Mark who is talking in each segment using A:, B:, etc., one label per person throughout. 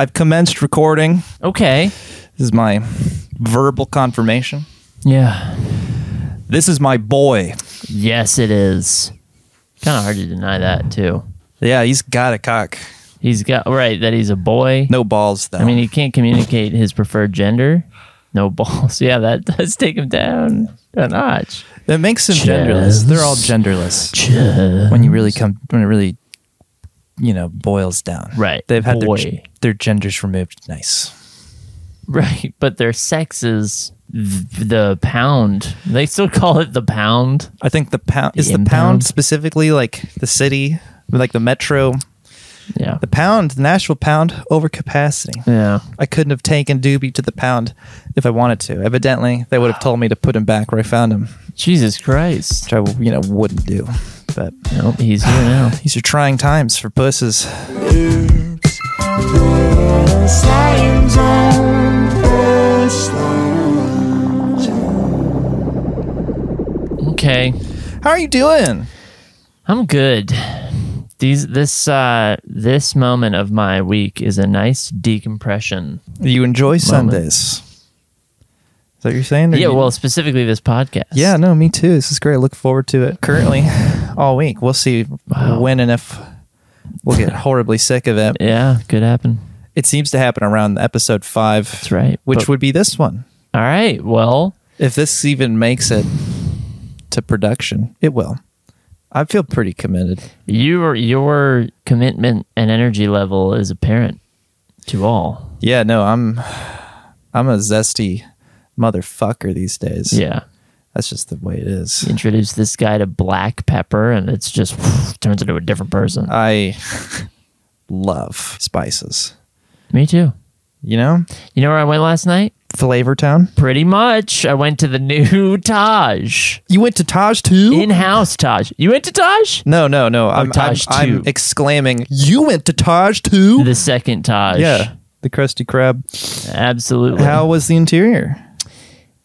A: I've commenced recording.
B: Okay.
A: This is my verbal confirmation.
B: Yeah.
A: This is my boy.
B: Yes, it is. Kind of hard to deny that too.
A: Yeah, he's got a cock.
B: He's got right that he's a boy.
A: No balls, though.
B: I mean, he can't communicate his preferred gender. No balls. Yeah, that does take him down a notch.
A: that makes him genderless. They're all genderless when you really come when it really, you know, boils down.
B: Right.
A: They've had their,
B: Boy.
A: g- their genders removed. Nice.
B: Right, but their sex is th- the pound. They still call it the pound.
A: I think the pound
B: The
A: is the
B: impound?
A: pound specifically like the city, like the metro.
B: Yeah.
A: The pound, the Nashville pound, over capacity.
B: Yeah.
A: I couldn't have taken Doobie to the pound if I wanted to. Evidently, they would have told me to put him back where I found him,
B: Jesus Christ.
A: which I, you know, wouldn't do. But
B: Nope, he's here now.
A: these are trying times for pusses.
B: Okay.
A: How are you doing?
B: I'm good. These this uh this moment of my week is a nice decompression.
A: You enjoy Sundays. Is that what you're saying? Or
B: Yeah,
A: you-
B: well, specifically this podcast.
A: Yeah, no, me too. This is great. I look forward to it. Currently, all week. We'll see when and if we'll get horribly sick of it.
B: Yeah, could happen.
A: It seems to happen around episode five. That's
B: right.
A: Which
B: But-
A: would be this one.
B: All right. Well,
A: if this even makes it to production, it will. I feel pretty committed.
B: your your commitment and energy level is apparent to all.
A: Yeah, no, I'm I'm a zesty motherfucker these days.
B: Yeah.
A: That's just the way it is.
B: Introduce this guy to black pepper and it's just turns into a different person.
A: I love spices.
B: Me too.
A: You know?
B: You know where I went last night?
A: Flavor Town.
B: Pretty much. I went to the new Taj.
A: You went to Taj too?
B: In-house Taj. You went to Taj?
A: no, no, no. I'm,
B: Taj
A: I'm,
B: too.
A: I'm exclaiming, You went to Taj too?
B: The second Taj.
A: yeah. The Krusty Krab.
B: Absolutely.
A: How was the interior?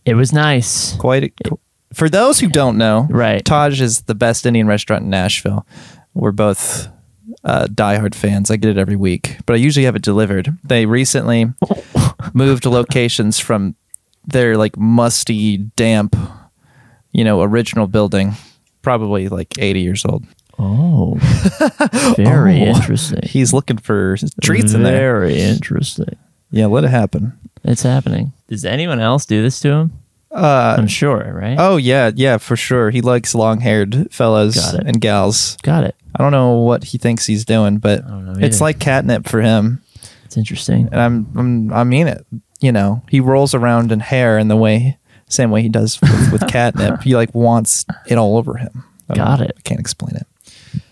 B: It was nice.
A: quite a, for those who don't know
B: Right.
A: taj is the best indian restaurant in nashville we're both uh, diehard fans i get it every week but i usually have it delivered they recently moved locations from their like musty damp you know original building probably like 80 years old
B: Oh. Very interesting.
A: he's looking for Oh. treats in there
B: Very interesting.
A: yeah let it happen
B: It's happening. Does anyone else do this to him? Uh, I'm sure, right?
A: oh yeah yeah for sure he likes long-haired fellows
B: Got it.
A: and gals
B: Got it.
A: I don't know what he thinks he's doing, but
B: don't know
A: it's
B: either.
A: like catnip for him.
B: It's interesting.
A: And I'm, I'm I mean it. You know, he rolls around in hair in the way same way he does with, with catnip. He like wants it all over him. I don't
B: Got
A: know.
B: it.
A: I can't explain it.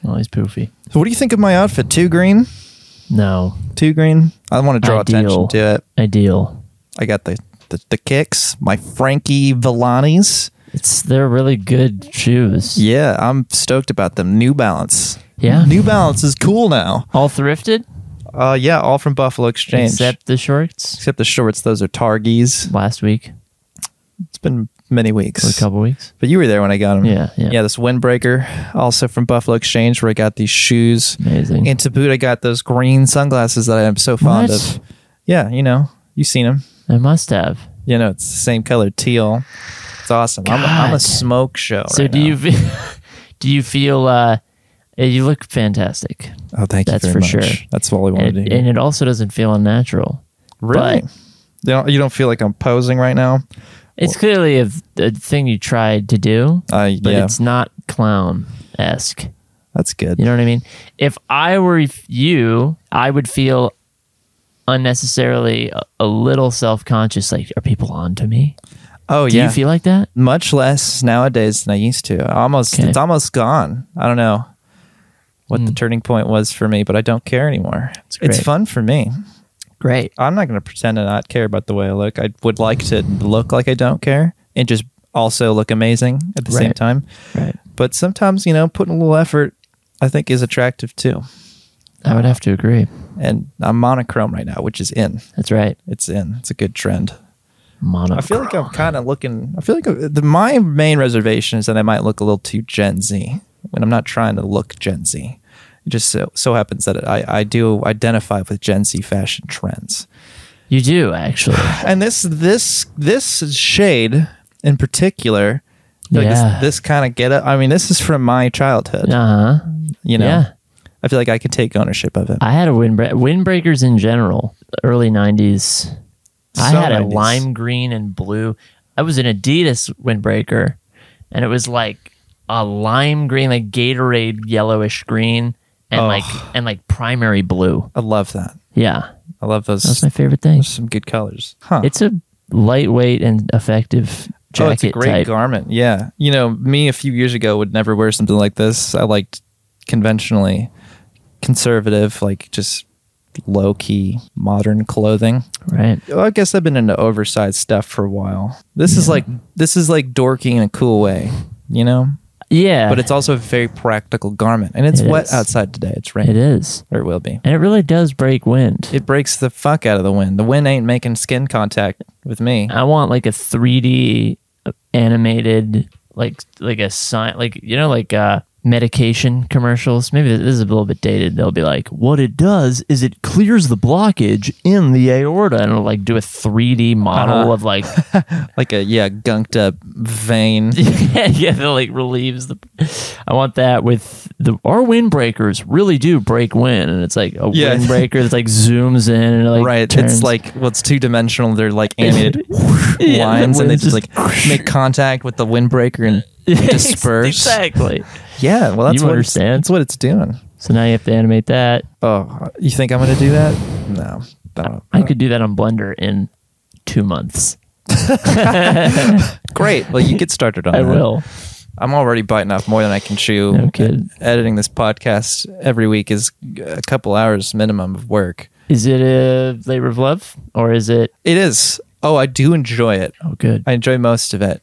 B: Oh, he's poofy.
A: So what do you think of my outfit? Too green?
B: No.
A: Too green? I want to draw
B: Ideal.
A: attention to it.
B: Ideal.
A: I got the, the, the kicks, my Frankie Villani's.
B: It's they're really good shoes.
A: Yeah, I'm stoked about them. New Balance.
B: Yeah.
A: New Balance is cool now.
B: All thrifted
A: Uh yeah, all from Buffalo Exchange.
B: except the shorts.
A: Except the shorts, those are Targis.
B: Last week,
A: It's been many
B: or a
A: weeks.
B: couple weeks.
A: But you were there when I got them.
B: Yeah, yeah.
A: Yeah, this windbreaker, also from Buffalo Exchange, where I got these shoes.
B: Amazing.
A: And to boot, I got those green sunglasses that I am so fond
B: What?
A: of. Yeah, you know, you've seen them.
B: I must have.
A: You know, it's the same color, teal. It's awesome. I'm, I'm a
B: God.
A: smoke show.
B: So
A: right
B: do
A: now.
B: you feel, do you feel uh you look fantastic.
A: Oh, thank you
B: That's
A: very
B: for
A: much.
B: sure.
A: That's all we wanted
B: And
A: to
B: it,
A: do.
B: and it also doesn't feel unnatural.
A: really?
B: but-
A: You don't, you don't feel like I'm posing right now?
B: It's clearly a, a thing you tried to do,
A: I
B: but
A: Uh, yeah,
B: it's not clown esque.
A: that's good.
B: You know what I mean? If I were you, I would feel unnecessarily a, a little self conscious. Like, are people on to me?
A: oh,
B: Do
A: yeah.
B: you feel like that?
A: much less nowadays than I used to. Almost,
B: Okay. Hmm.
A: it's almost gone. I don't know what the turning point was for me, but I don't care anymore. It's
B: great.
A: fun for me.
B: Great.
A: I'm not going to pretend to not care about the way I look. I would like to look like I don't care and just also look amazing at the same
B: Right.
A: time.
B: Right.
A: But sometimes, you know, putting a little effort, I think, is attractive too.
B: I would have to agree.
A: And I'm monochrome right now, which is in.
B: That's right.
A: It's in. It's a good trend.
B: Mono.
A: I feel like I'm kind of looking. I feel like I- the, my main reservation is that I might look a little too Gen Z when I'm not trying to look Gen Z. It just so, so happens that I, I do identify with Gen Z fashion trends.
B: You do actually.
A: And this this this shade in particular, like
B: Yeah.
A: this, this kind of get up. I mean, this is from my childhood.
B: Uh huh.
A: You know,
B: Yeah.
A: I feel like I could take ownership of it.
B: I had a windbreaker. Windbreakers in general, early '90s. I
A: So
B: had a
A: 90s.
B: lime green and blue. I was an Adidas windbreaker, and it was like a lime green, like Gatorade yellowish green, and
A: Oh.
B: like and like primary blue.
A: I love that.
B: Yeah,
A: I love those.
B: that's my favorite thing.
A: those some good colors. Huh.
B: It's a lightweight and effective jacket
A: oh, it's a great
B: type.
A: garment. Yeah. You know, me a few years ago would never wear something like this. I liked conventionally conservative, like just low key modern clothing.
B: right?
A: Well, I guess I've been into oversized stuff for a while. This is like this is like dorky in a cool way, you know?
B: Yeah,
A: But it's also a very practical garment. And it's
B: It
A: wet
B: is.
A: outside today. It's
B: it
A: raining.
B: is,
A: Or it will be.
B: and it really does break wind.
A: It breaks the fuck out of the wind. The wind ain't making skin contact with me.
B: I want like a 3D animated like like a sign like you know like uh medication commercials maybe this is a little bit dated they'll be like what it does is it clears the blockage in the aorta and it'll like do a 3d model
A: Uh-huh.
B: of like
A: Like a yeah, gunked up vein.
B: yeah that like relieves the i want that with the our windbreakers really do break wind and it's like a
A: Yeah.
B: windbreaker that's like zooms in and it, like
A: right.
B: turns-
A: It's like well, it's two dimensional. They're like animated
B: Yeah,
A: lines,
B: the
A: and they
B: wind's
A: just, like make contact with the windbreaker and disperse.
B: exactly
A: Yeah, well, that's
B: You
A: what it's-
B: understand.
A: That's what it's doing.
B: so now you have to animate that
A: Oh, you think I'm gonna do that? No, I don't.
B: I could do that on Blender in two months.
A: Great. Well, you get started on.
B: I
A: that.
B: will.
A: I'm already biting off more than I can chew. E-,
B: No kid.
A: Editing this podcast every week is a couple hours minimum of work.
B: Is it a labor of love or is it?
A: It is. Oh, I do enjoy it.
B: Oh, good.
A: I enjoy most of it.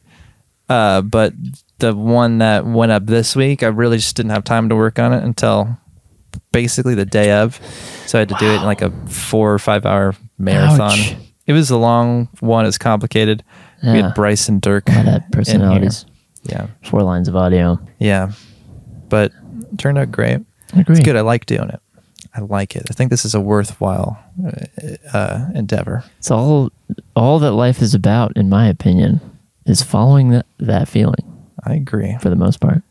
A: Uh, but the one that went up this week, I really just didn't have time to work on it until basically the day of. So I had to do it in like a four or five hour marathon.
B: Ouch.
A: It was a long one. It was complicated. We
B: Yeah.
A: had Bryson Dirk.
B: All
A: in here.
B: that personalities.
A: Yeah.
B: Four lines of audio.
A: Yeah. But it turned out great.
B: Agree.
A: It's good. I like doing it. I like it. I think this is a worthwhile uh, uh, endeavor.
B: It's all all that life is about, in my opinion, is following that that feeling
A: I agree.
B: for the most part.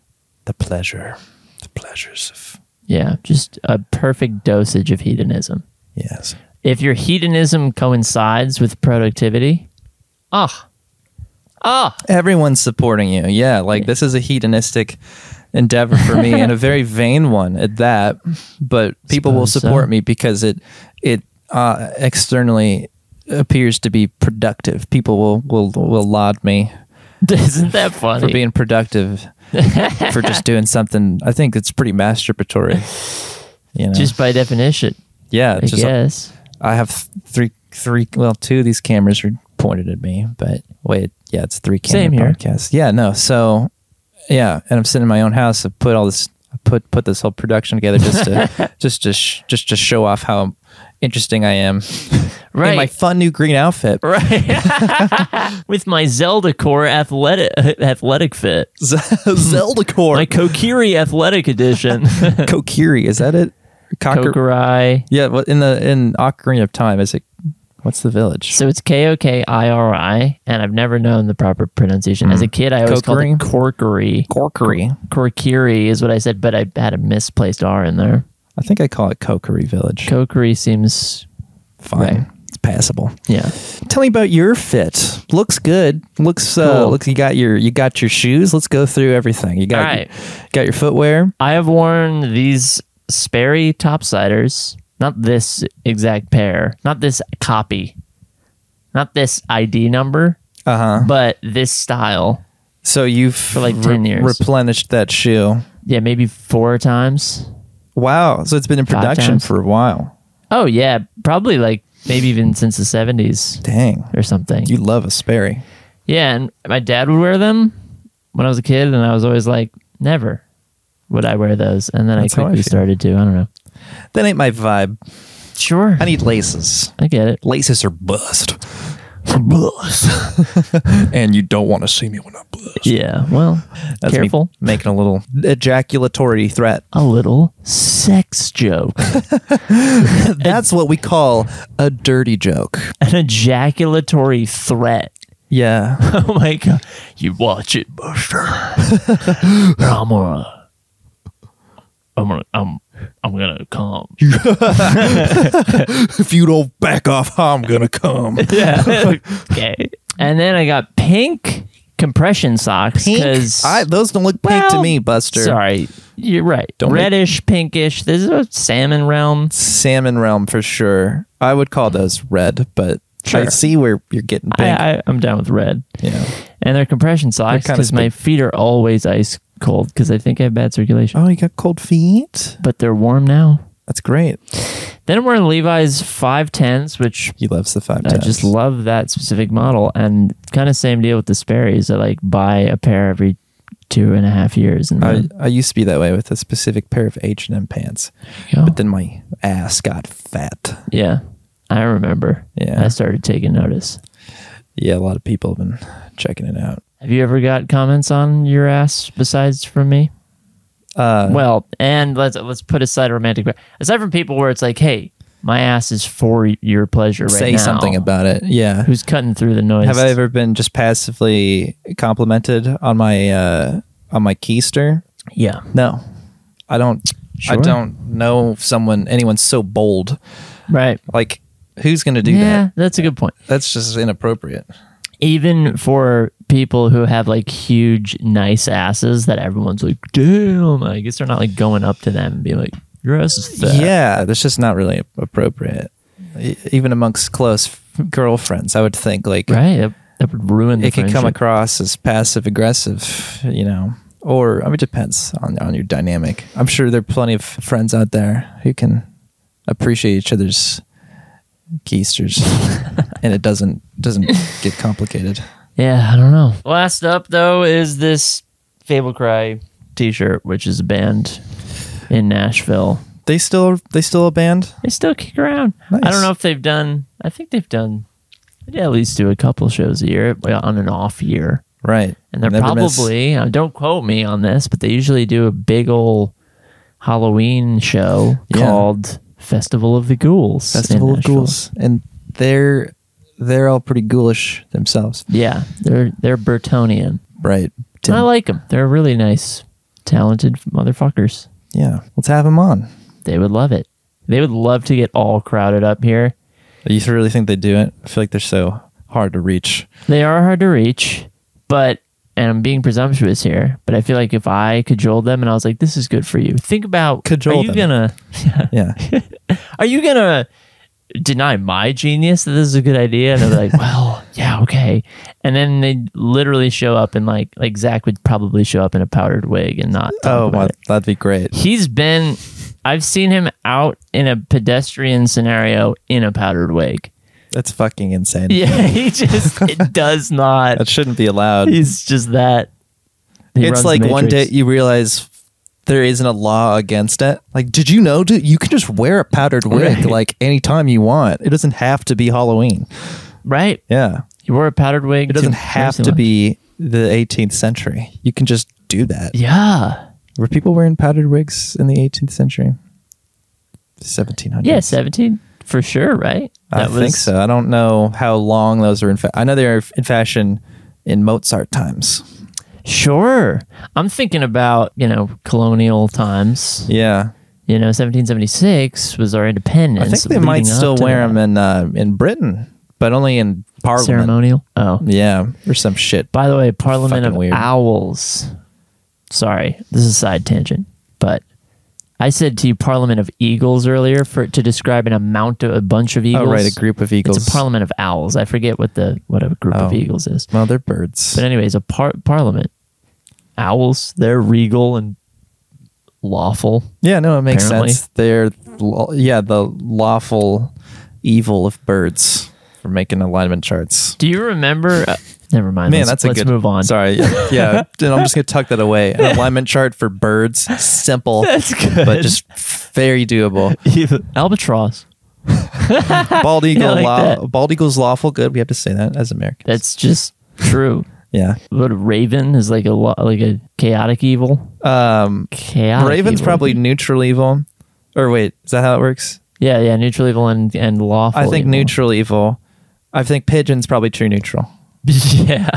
A: The pleasure, the pleasures of,
B: Yeah, just a perfect dosage of hedonism.
A: yes.
B: If your hedonism coincides with productivity, ah, ah,
A: everyone's supporting you. Yeah, like this is a hedonistic endeavor for me and a very vain one at that, but people will
B: Suppose
A: support
B: so.
A: me because it it uh, externally appears to be productive. People will will will laud me
B: isn't that funny?
A: for being productive for just doing something. I think it's pretty masturbatory. You know.
B: just by definition,
A: yeah,
B: I
A: it's just
B: guess.
A: I have th- three three well two of these cameras are pointed at me, but wait, yeah, it's three camera
B: Same here.
A: podcast. Yeah, no. So yeah, and I'm sitting in my own house. I put all this I put put this whole production together just to just to sh- just to show off how interesting I am in my
B: Right.
A: fun new green outfit.
B: Right. With my Zelda Core athletic athletic fit.
A: Zelda
B: My
A: core.
B: Kokiri athletic edition.
A: Kokiri, is that it? Cocker-
B: Kokurai.
A: yeah, what in the in Ocarina of Time is it what's the village?
B: So it's K O K I R I, and I've never known the proper pronunciation. As a kid, I always
A: Mm. Kokiri?
B: called it Corkery.
A: Corkery.
B: Korkiri is what I said, but I had a misplaced R in there.
A: I think I call it Kokiri Village.
B: Kokiri seems,
A: Fine.
B: right.
A: It's passable.
B: yeah.
A: Tell me about your fit. Looks good. Looks uh,
B: Cool.
A: looks. You got your you got your shoes. Let's go through everything. You got
B: All right.
A: got your footwear.
B: I have worn these Sperry topsiders, not this exact pair, not this copy, not this ID number,
A: Uh huh.
B: but this style.
A: So you've
B: like 10 years.
A: replenished that shoe.
B: Yeah, maybe four times.
A: Wow. So it's been in
B: Five
A: production
B: times.
A: for a while.
B: Oh yeah, probably like maybe even since the seventies
A: Dang.
B: or something.
A: You love a Sperry.
B: Yeah, and my dad would wear them when I was a kid, and I was always like, never would I wear those. And then
A: That's how
B: I
A: I
B: quickly
A: feel.
B: started to. I don't know.
A: That ain't my vibe.
B: Sure,
A: I need laces.
B: I get it.
A: Laces are bust.
B: Bless.
A: and you don't want to see me when I blush.
B: yeah. Well,
A: That's me
B: careful.
A: making a little ejaculatory threat.
B: A little sex joke,
A: That's what we call a dirty joke.
B: an ejaculatory threat.
A: Yeah.
B: Oh my god! You watch it, Buster. I'm gonna, I'm gonna, I'm, I'm gonna come.
A: if you don't back off, I'm gonna come.
B: Yeah. okay. And then I got pink compression socks because
A: I, those don't look pink to
B: Well,
A: me, Buster.
B: sorry, you're right.
A: Don't make-
B: Reddish, pinkish. This is a salmon realm.
A: Salmon realm for sure. I would call those red, but I
B: Sure.
A: see where you're getting pink.
B: I, I, I'm down with red.
A: yeah.
B: And they're compression socks
A: kinda
B: because my feet are always ice cold because I think I have bad circulation.
A: Oh, you got cold feet.
B: But they're warm now.
A: That's great.
B: Then I'm wearing Levi's five tens, which
A: He loves the five.
B: I just
A: tens.
B: love that specific model. And kind of same deal with the Sperry's. I like buy a pair every two and a half years, and
A: I,
B: then
A: I used to be that way with a specific pair of H and M pants,
B: you know,
A: but then my ass got fat.
B: yeah, I remember.
A: Yeah.
B: I started taking notice.
A: Yeah, a lot of people have been checking it out.
B: Have you ever got comments on your ass besides from me?
A: Uh,
B: Well, and let's let's put aside romantic, aside from people where it's like, hey, my ass is for your pleasure right
A: say
B: now.
A: something about it. Yeah.
B: who's cutting through the noise.
A: Have I ever been just passively complimented on my uh, on my keister?
B: Yeah,
A: No, I don't. I
B: Sure.
A: don't know if someone anyone so bold.
B: right.
A: Like, who's gonna do
B: yeah,
A: that?
B: that's a good point.
A: That's just inappropriate.
B: even for people who have like huge nice asses that everyone's like damn i guess they're not like going up to them and being like your ass is fat
A: Yeah, that's just not really appropriate. E- Even amongst close f- girlfriends, I would think like
B: right that, that would ruin the
A: it could come
B: friendship.
A: across as passive aggressive, you know. Or I mean, it depends on on your dynamic. I'm sure there are plenty of friends out there who can appreciate each other's keisters, and it doesn't doesn't get complicated.
B: yeah i don't know last up though is this fable cry t-shirt which is a band in nashville
A: They still they still a band.
B: they still kick around i
A: Nice.
B: don't know if they've done i think they've done they at least do a couple shows a year well, on an off year
A: Right.
B: And they're
A: Never miss.
B: probably, uh, don't quote me on this, but they usually do a big ol' Halloween show
A: Yeah.
B: called Festival of the Ghouls. in
A: Festival of
B: Nashville.
A: Ghouls, and they're they're all pretty ghoulish themselves.
B: Yeah, they're they're Burtonian.
A: Right.
B: And I
A: Tim,
B: like them. They're really nice, talented motherfuckers.
A: yeah. Let's have them on.
B: They would love it. They would love to get all crowded up here.
A: You really think they do it? I feel like they're so hard to reach.
B: They are hard to reach, but and I'm being presumptuous here, but I feel like if I cajoled them and I was like, "This is good for you," think about
A: Cajole
B: Are you
A: them.
B: gonna?
A: Yeah.
B: are you gonna deny my genius that this is a good idea and they're like well yeah okay and then they literally show up and like like zach would probably show up in a powdered wig and not talk
A: Oh,
B: about
A: wow,
B: it.
A: that'd be great.
B: he's been i've seen him out in a pedestrian scenario in a powdered wig
A: That's fucking insane.
B: yeah he just it does not
A: That shouldn't be allowed.
B: he's just that He runs
A: it's
B: the
A: like one day
B: Matrix.
A: you realize there isn't a law against it. Like, did you know, dude, you can just wear a powdered wig
B: Right.
A: like anytime you want. It doesn't have to be Halloween.
B: right
A: Yeah.
B: you wore a powdered wig
A: It doesn't have to be the 18th century. You can just do that.
B: yeah
A: Were people wearing powdered wigs in the 18th century? 1700s.
B: yeah 17 for sure right
A: I think so. I don't know how long those are in fa- I know they're in fashion in Mozart times.
B: Sure. I'm thinking about, you know, colonial times.
A: Yeah.
B: You know, 1776 was our
A: I
B: independence.
A: think they might still wear them in uh, in Britain, but only in Parliament.
B: ceremonial. Oh.
A: Yeah, or some shit.
B: By the way, Parliament
A: Fucking
B: of
A: weird.
B: Owls. Sorry, this is a side tangent, but I said to you Parliament of Eagles earlier for to describe an amount of a bunch of
A: Oh,
B: eagles.
A: right, a group of eagles.
B: It's a Parliament of Owls. I forget what the what a group of
A: Oh.
B: eagles is.
A: Well, they're birds.
B: But anyways, a par- Parliament. Owls, they're regal and lawful.
A: yeah, no, it makes
B: Apparently.
A: sense. They're law- yeah, the lawful evil of birds for making alignment charts.
B: Do you remember? Uh, never mind.
A: Man,
B: let's,
A: that's a
B: let's
A: good.
B: move on.
A: Sorry, yeah, yeah. Then I'm just gonna tuck that away. An alignment chart for birds, simple,
B: That's good.
A: but just very doable.
B: albatross.
A: Bald eagle,
B: like
A: law,
B: that.
A: bald eagle's lawful good. We have to say that as Americans.
B: That's just true.
A: yeah.
B: But Raven is like a lo- like a chaotic evil.
A: Um,
B: Chaotic.
A: Raven's
B: evil.
A: probably neutral evil, or wait, is that how it works?
B: yeah, yeah. Neutral evil and and lawful.
A: I think
B: evil.
A: neutral evil. I think pigeon's probably true neutral.
B: Yeah,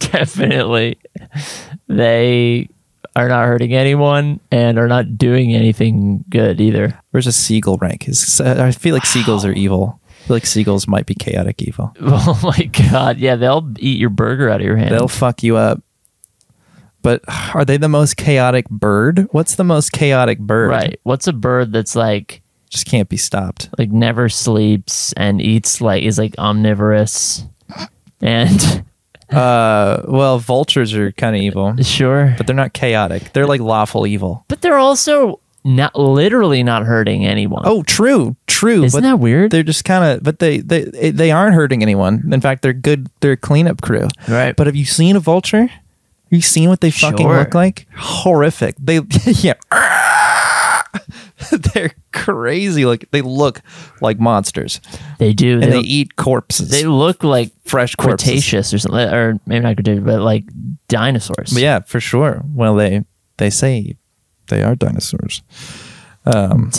B: definitely. They are not hurting anyone and are not doing anything good either.
A: Where's a seagull rank? Is I feel like seagulls are evil. I feel like seagulls might be chaotic evil.
B: Oh my god! Yeah, they'll eat your burger out of your hand.
A: They'll fuck you up. But are they the most chaotic bird? What's the most chaotic bird?
B: right. What's a bird that's like
A: Just can't be stopped.
B: like never sleeps and eats like is like omnivorous and
A: Uh, well, vultures are kind of evil,
B: sure,
A: but they're not chaotic. They're like lawful evil.
B: but they're also not literally not hurting anyone.
A: Oh, true, true.
B: isn't
A: but
B: that weird?
A: they're just kind of, but they they eh, they aren't hurting anyone. In fact, they're good. They're a cleanup crew.
B: Right.
A: But have you seen a vulture? Have you seen what they fucking
B: Sure.
A: look like? Horrific. They yeah. they're crazy. Like they look like monsters,
B: They do.
A: and
B: They,
A: they eat corpses.
B: they look like
A: fresh corpses.
B: Cretaceous or something, or maybe not Cretaceous, but like dinosaurs.
A: But yeah, for sure. Well, they they say they are dinosaurs.
B: Damn,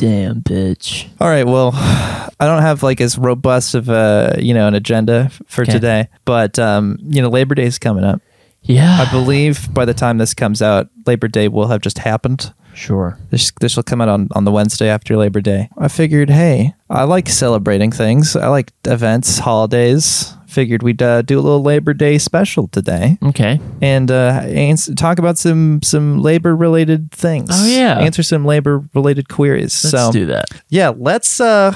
B: bitch.
A: All right. Well, I don't have like as robust of a you know an agenda f- for
B: Okay.
A: today, but um, you know Labor Day is coming up.
B: Yeah.
A: I believe by the time this comes out, Labor Day will have just happened.
B: sure.
A: This this will come out on on the Wednesday after Labor Day. I figured, hey, I like celebrating things. I like events, holidays. Figured we'd uh, do a little Labor Day special today
B: Okay.
A: and uh, ans- talk about some some labor related things.
B: Oh, yeah.
A: answer some labor related queries.
B: Let's
A: so
B: do that.
A: yeah let's uh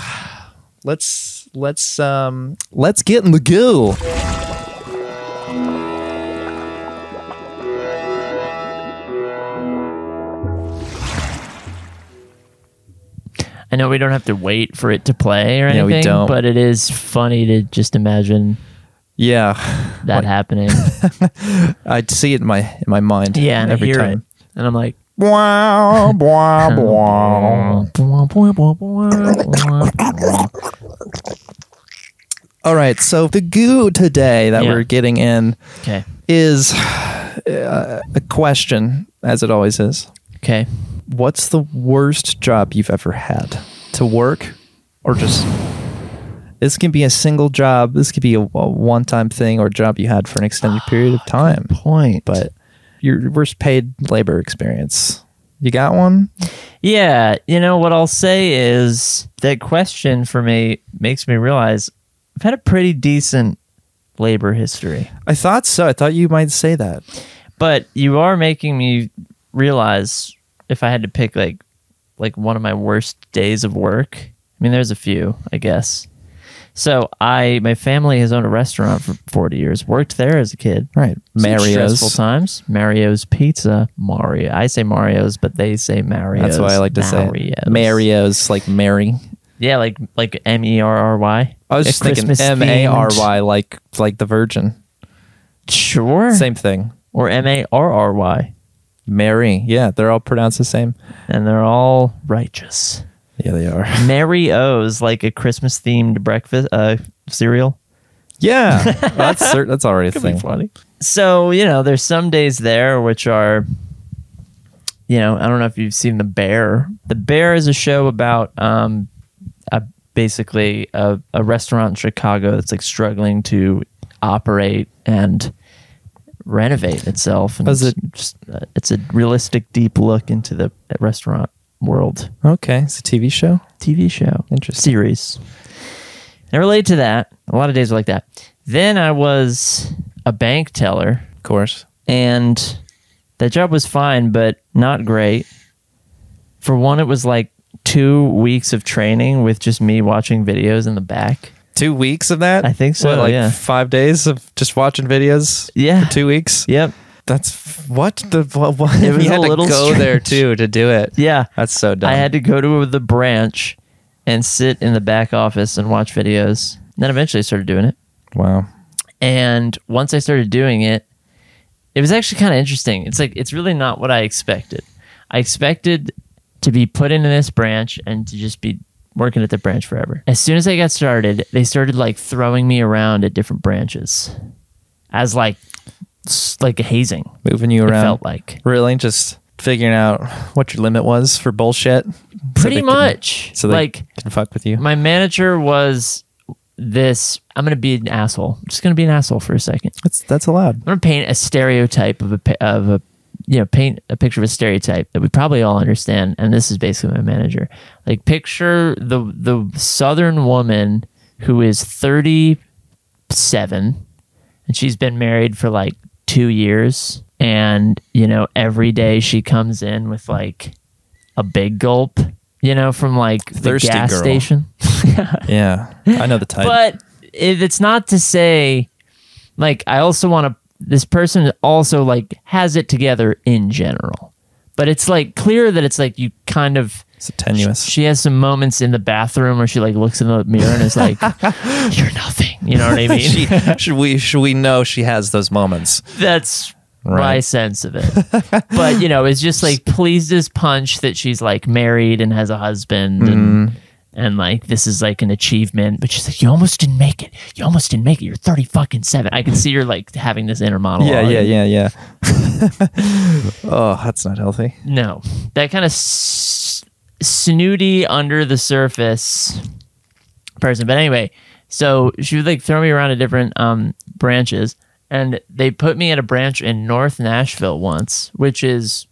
A: let's let's um let's get in the goo
B: I know we don't have to wait for it to play or anything,
A: Yeah, we don't.
B: but it is funny to just imagine
A: yeah
B: that happening.
A: i see it in my in my mind
B: yeah, and
A: every
B: I hear
A: time
B: it. And I'm like,
A: Bwah, bwah, bwah. all right so the goo today that
B: Yeah.
A: we're getting in
B: okay.
A: is uh, a question as it always is
B: Okay.
A: what's the worst job you've ever had to work or just this can be a single job this could be a, a one-time thing or a job you had for an extended period of time Ah, point but your worst paid labor experience you got one
B: Yeah, you know what I'll say is that question for me makes me realize I've had a pretty decent labor history.
A: i thought so i thought you might say that
B: But you are making me realize if I had to pick like like one of my worst days of work. I mean, there's a few, I guess. So I my family has owned a restaurant for 40 years. Worked there as a kid.
A: right
B: Some stressful
A: mario's
B: times. Mario's Pizza. Mario. I say Mario's, but they say Mario's.
A: that's what i like to say
B: Mario's.
A: mario's like mary
B: Yeah, like like M E R R Y.
A: i was just thinking m-a-r-y like like the virgin
B: Sure.
A: same thing
B: Or M A R R Y.
A: mary yeah they're all pronounced the same
B: And they're all righteous.
A: yeah they are
B: Mary O's like a Christmas themed breakfast uh, cereal.
A: Yeah, Well, that's cer- that's already a thing.
B: So you know, there's some days there which are, you know, I don't know if you've seen the Bear. The Bear is a show about um, a, basically a, a restaurant in Chicago that's like struggling to operate and renovate itself. And
A: Was
B: it's just uh, it's a realistic, deep look into the restaurant world.
A: Okay, it's a TV show.
B: TV show.
A: Interesting.
B: Series. And related to that, a lot of days were like that. Then I was a bank teller,
A: Of course.
B: and that job was fine, but not great. For one, it was like two weeks of training with just me watching videos in the back.
A: Two weeks of that.
B: I think so,
A: What, like
B: yeah.
A: five days of just watching videos.
B: Yeah.
A: For two weeks.
B: Yep.
A: That's f- what the what. what?
B: It was
A: you
B: a
A: had
B: little
A: to go
B: strange.
A: there too to do it.
B: Yeah.
A: That's so dumb.
B: I had to go to the branch and sit in the back office and watch videos. Then eventually I started doing it.
A: wow.
B: And once I started doing it, it was actually kind of interesting. It's like it's really not what I expected. I expected to be put into this branch and to just be working at the branch forever. As soon as I got started, they started like throwing me around at different branches as like s- like a hazing.
A: moving you
B: It
A: around.
B: felt like
A: really just figuring out what your limit was for bullshit.
B: pretty
A: they can-
B: much
A: so they
B: like
A: can fuck with you.
B: my manager was this I'm going to be an asshole. I'm just going to be an asshole for a second.
A: That's that's allowed.
B: I'm going to paint a stereotype of a pi- of a you know, paint a picture of a stereotype that we probably all understand and this is basically my manager. Like picture the the southern woman who is 37 and she's been married for like 2 years and you know every day she comes in with like a big gulp, you know, from like the
A: Thirsty
B: gas
A: girl.
B: station.
A: Yeah, I know the type.
B: but it, it's not to say like i also want to this person also like has it together in general but it's like clear that it's like you kind of
A: it's tenuous.
B: she has some moments in the bathroom where she like looks in the mirror and is like you're nothing you know what i mean
A: she, should we should we know she has those moments?
B: that's my
A: Right.
B: sense of it but you know it's just like pleased as punch that she's like married and has a husband and
A: Mm-hmm.
B: and like this is like an achievement but she's like you almost didn't make it you almost didn't make it you're 30 fucking 7 i can see her like having this inner monologue
A: Yeah, yeah, yeah, yeah. oh, that's not healthy.
B: no that kind of s- snooty under the surface person but anyway so she would like throw me around to different um branches and they put me at a branch in north nashville once which is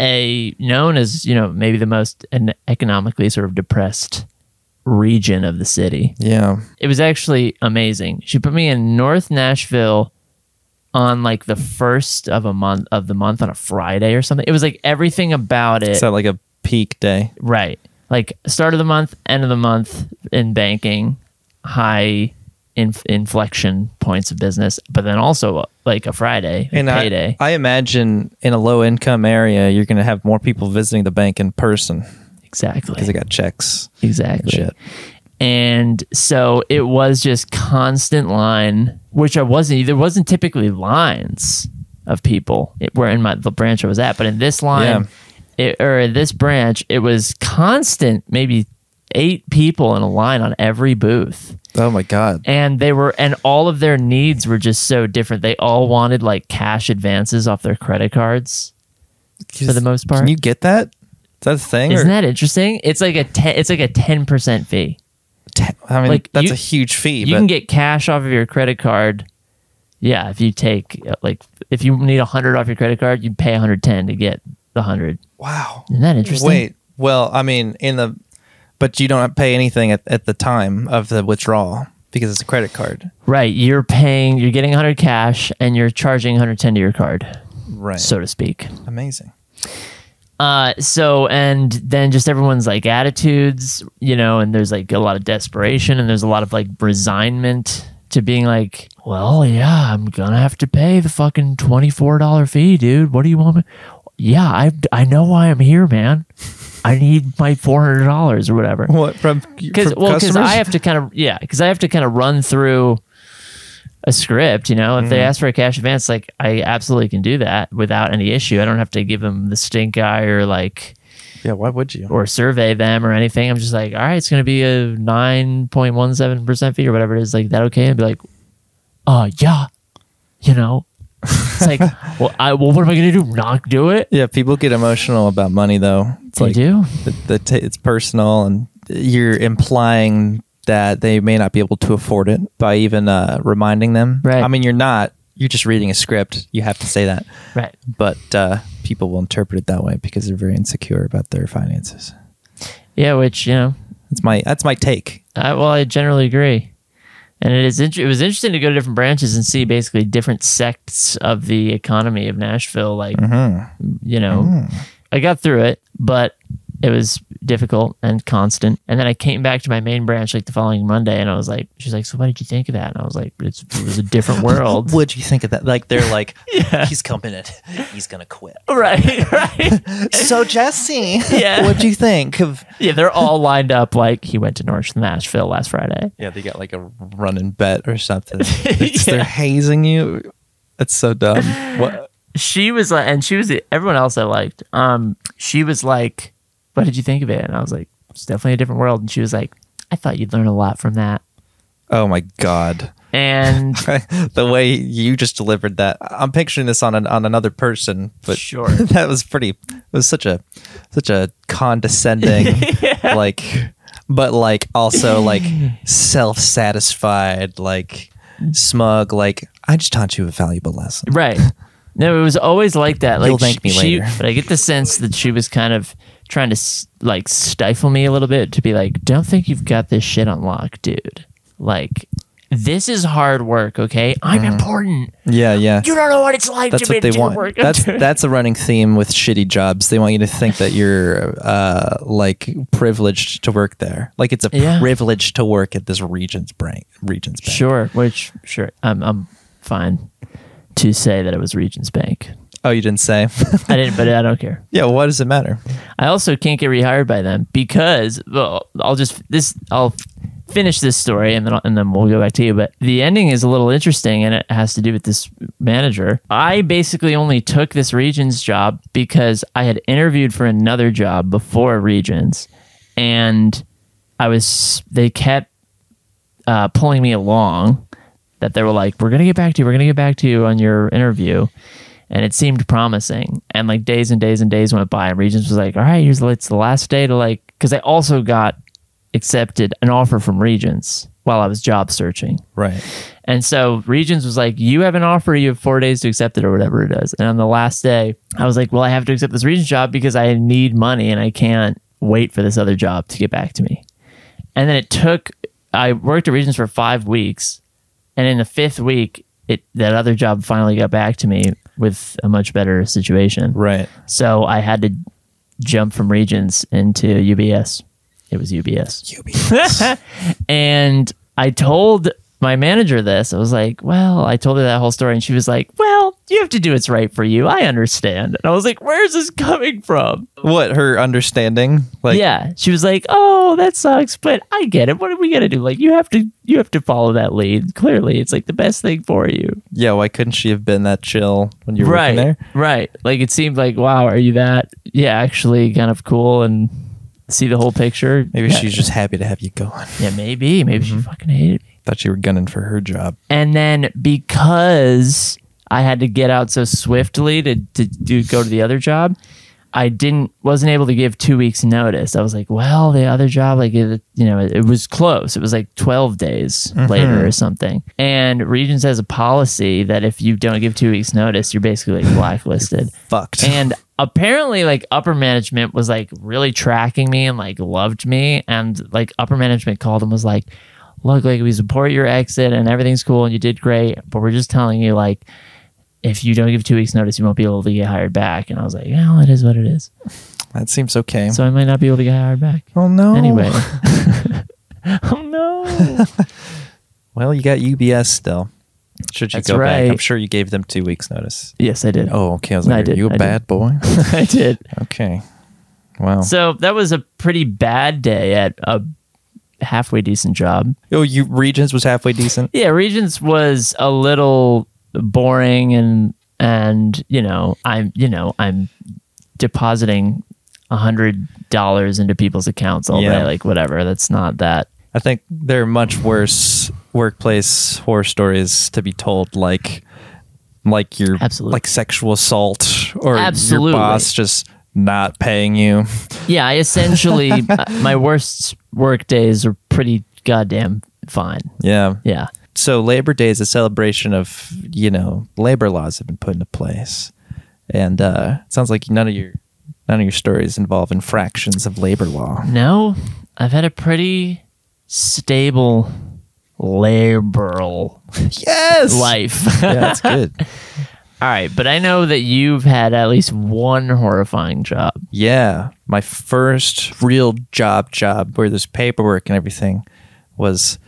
B: a known as you know maybe the most an economically sort of depressed region of the city
A: Yeah.
B: it was actually amazing. She put me in North Nashville on like the first of a month of the month on a Friday or something. It was like everything about it,
A: Is that like a peak day?
B: right? Like start of the month, end of the month in banking, high inf- inflection points of business, but then also like a Friday a payday.
A: I, I imagine in a low income area, you're going to have more people visiting the bank in person
B: exactly.
A: because they got checks.
B: Exactly.
A: Shit.
B: And so it was just constant line, which I wasn't. There wasn't typically lines of people it, where in my the branch I was at, but in this line, it, or in this branch, it was constant. Maybe eight people in a line on every booth
A: Oh my God.
B: and they were and all of their needs were just so different they all wanted like cash advances off their credit cards for the most part
A: Can you get that? Is that a thing?
B: isn't
A: or
B: that interesting it's like a 10 it's like a 10% fee
A: ten, I mean,
B: like,
A: that's
B: you-
A: a huge fee.
B: you
A: but
B: can get cash off of your credit card. Yeah, if you take uh, like if you need a hundred off your credit card, you pay hundred ten to get the hundred.
A: wow.
B: Isn't that interesting?
A: Wait. Well, I mean, in the, but you don't pay anything at, at the time of the withdrawal because it's a credit card.
B: right? You're paying, you're getting hundred cash, and you're charging hundred ten to your card,
A: Right.
B: so to speak.
A: amazing.
B: Uh, so and then just everyone's like attitudes, you know, and there's like a lot of desperation, and there's a lot of like resignment to being like, well, yeah, I'm gonna have to pay the fucking twenty four dollar fee, dude. What do you want me? Yeah, I I know why I'm here, man. I need my four hundred dollars or whatever.
A: What from?
B: Because
A: from
B: well, because
A: customers?
B: I have to kind of yeah, because I have to kind of run through a script. You know, if
A: Mm-hmm.
B: they ask for a cash advance, like I absolutely can do that without any issue. I don't have to give them the stink eye or like
A: Yeah. Why would you?
B: or survey them or anything. I'm just like, all right, it's going to be a nine point one seven percent fee or whatever it is. Like that okay? And be like, uh, yeah, you know. It's like, well, I well, what am I going to do? Not do it?
A: Yeah, people get emotional about money though. It's
B: They
A: like
B: do.
A: The, the t- it's personal, and you're implying that they may not be able to afford it by even uh, reminding them.
B: Right.
A: I mean, you're not. You're just reading a script. You have to say that,
B: Right.
A: but uh, people will interpret it that way because they're very insecure about their finances.
B: Yeah, which you know,
A: That's my that's my take.
B: I, well, I generally agree, and it is. Int- it was interesting to go to different branches and see basically different sects of the economy of Nashville. Like, you know, I got through it, but it was difficult and constant. And then I came back to my main branch like the following Monday, and I was like, "She's like, so what did you think of that?" And I was like, it's, "It was a different world."
A: What do you think of that? Like they're like, he's coming in. He's gonna quit.
B: right, right.
A: So Jesse,
B: Yeah.
A: what do you think of?
B: yeah, they're all lined up like he went to North Nashville last Friday.
A: Yeah, they got like a running bet or something. It's, They're hazing you. That's so dumb. What?
B: she was like, and she was everyone else I liked. Um, she was like, "What did you think of it?" And I was like, It's definitely a different world. And she was like, I thought you'd learn a lot from that.
A: Oh my god.
B: And
A: the way you just delivered that. I'm picturing this on an, on another person, but
B: Sure.
A: that was pretty it was such a such a condescending like but like also like self-satisfied like smug like I just taught you a valuable lesson.
B: Right. No, it was always like that. Like
A: You'll thank me
B: she, she-
A: later.
B: But I get the sense that she was kind of trying to s- like stifle me a little bit to be like, "Don't think you've got this shit on lock, dude. Like, this is hard work. Okay, I'm important.
A: Yeah, yeah.
B: You don't know what it's like
A: Mm-hmm. that's
B: to be
A: what they
B: to
A: want.
B: work.
A: That's that's a running theme with shitty jobs. They want you to think that you're uh, like privileged to work there. Like it's a
B: Yeah.
A: privilege to work at this Regions Bank. Regions Bank.
B: sure. Which sure, I'm I'm fine to say that it was Regent's Bank.
A: Oh, you didn't say.
B: I didn't, but I don't care.
A: yeah. Why does it matter?
B: I also can't get rehired by them because well, I'll just this I'll finish this story and then I'll, and then we'll go back to you. But the ending is a little interesting and it has to do with this manager. I basically only took this Regions job because I had interviewed for another job before Regions, and I was they kept uh, pulling me along that they were like, "We're gonna get back to you. We're gonna get back to you on your interview," and it seemed promising. And like days and days and days went by, and Regents was like, "All right, here's the, it's the last day to like," because I also got accepted an offer from Regents while I was job searching.
A: Right.
B: And so Regions was like, You have an offer, you have four days to accept it, or whatever it is. And on the last day, I was like, Well, I have to accept this Regions job because I need money and I can't wait for this other job to get back to me. And then it took, I worked at Regions for five weeks. And in the fifth week, it, that other job finally got back to me with a much better situation.
A: Right.
B: So I had to jump from Regents into UBS. It was UBS.
A: UBS.
B: And I told my manager this. I was like, well, I told her that whole story. And she was like, well, you have to do what's right for you. I understand. And I was like, where's this coming from?
A: what her understanding? Like
B: yeah. She was like, oh, that sucks, but I get it. What are we going to do? Like, you have to, you have to follow that lead. Clearly, it's like the best thing for you.
A: yeah. Why couldn't she have been that chill when you were working there?
B: Right. Like, it seemed like, wow, are you that, yeah, actually kind of cool and see the whole picture?
A: Maybe Mm-hmm.
B: yeah,
A: she's just happy to have you going.
B: yeah, maybe. Maybe she fucking hated me.
A: Thought you were gunning for her job.
B: And then because I had to get out so swiftly to, to do go to the other job, I didn't wasn't able to give two weeks notice. I was like, well, the other job, like it, you know, it, it was close. It was like twelve days
A: Mm-hmm.
B: later or something. And Regents has a policy that if you don't give two weeks notice, you're basically like blacklisted.
A: Fucked.
B: And apparently, like upper management was like really tracking me and like loved me. And like upper management called and was like, look, like we support your exit and everything's cool and you did great. But we're just telling you, like, if you don't give two weeks notice, you won't be able to get hired back. And I was like, yeah, well, it is what it is.
A: that seems okay.
B: So I might not be able to get hired back.
A: oh no.
B: Anyway. oh, no.
A: Well, you got UBS still. Should you
B: That's
A: go back? I'm
B: right.
A: sure you gave them two weeks notice.
B: yes, I did.
A: Oh, okay. I was
B: No, I
A: like,
B: did,
A: are you a
B: I did.
A: bad boy?
B: I did.
A: okay. Wow.
B: So that was a pretty bad day at a halfway decent job.
A: oh, you Regents was halfway decent.
B: Yeah, Regents was a little boring and and you know, I'm you know, I'm depositing a hundred dollars into people's accounts all
A: Yeah.
B: day, like whatever. That's not that
A: I think there are much worse workplace horror stories to be told, like like your
B: Absolutely.
A: like sexual assault or
B: Absolutely.
A: your boss just not paying you.
B: Yeah, I essentially uh, my worst work days are pretty goddamn fine.
A: Yeah.
B: Yeah.
A: so Labor Day is a celebration of you know labor laws have been put into place, and uh, it sounds like none of your none of your stories involve infractions of labor law.
B: No, I've had a pretty stable liberal
A: Yes,
B: life.
A: yeah, that's good.
B: All right, but I know that you've had at least one horrifying job.
A: Yeah, my first real job job where there's paperwork and everything was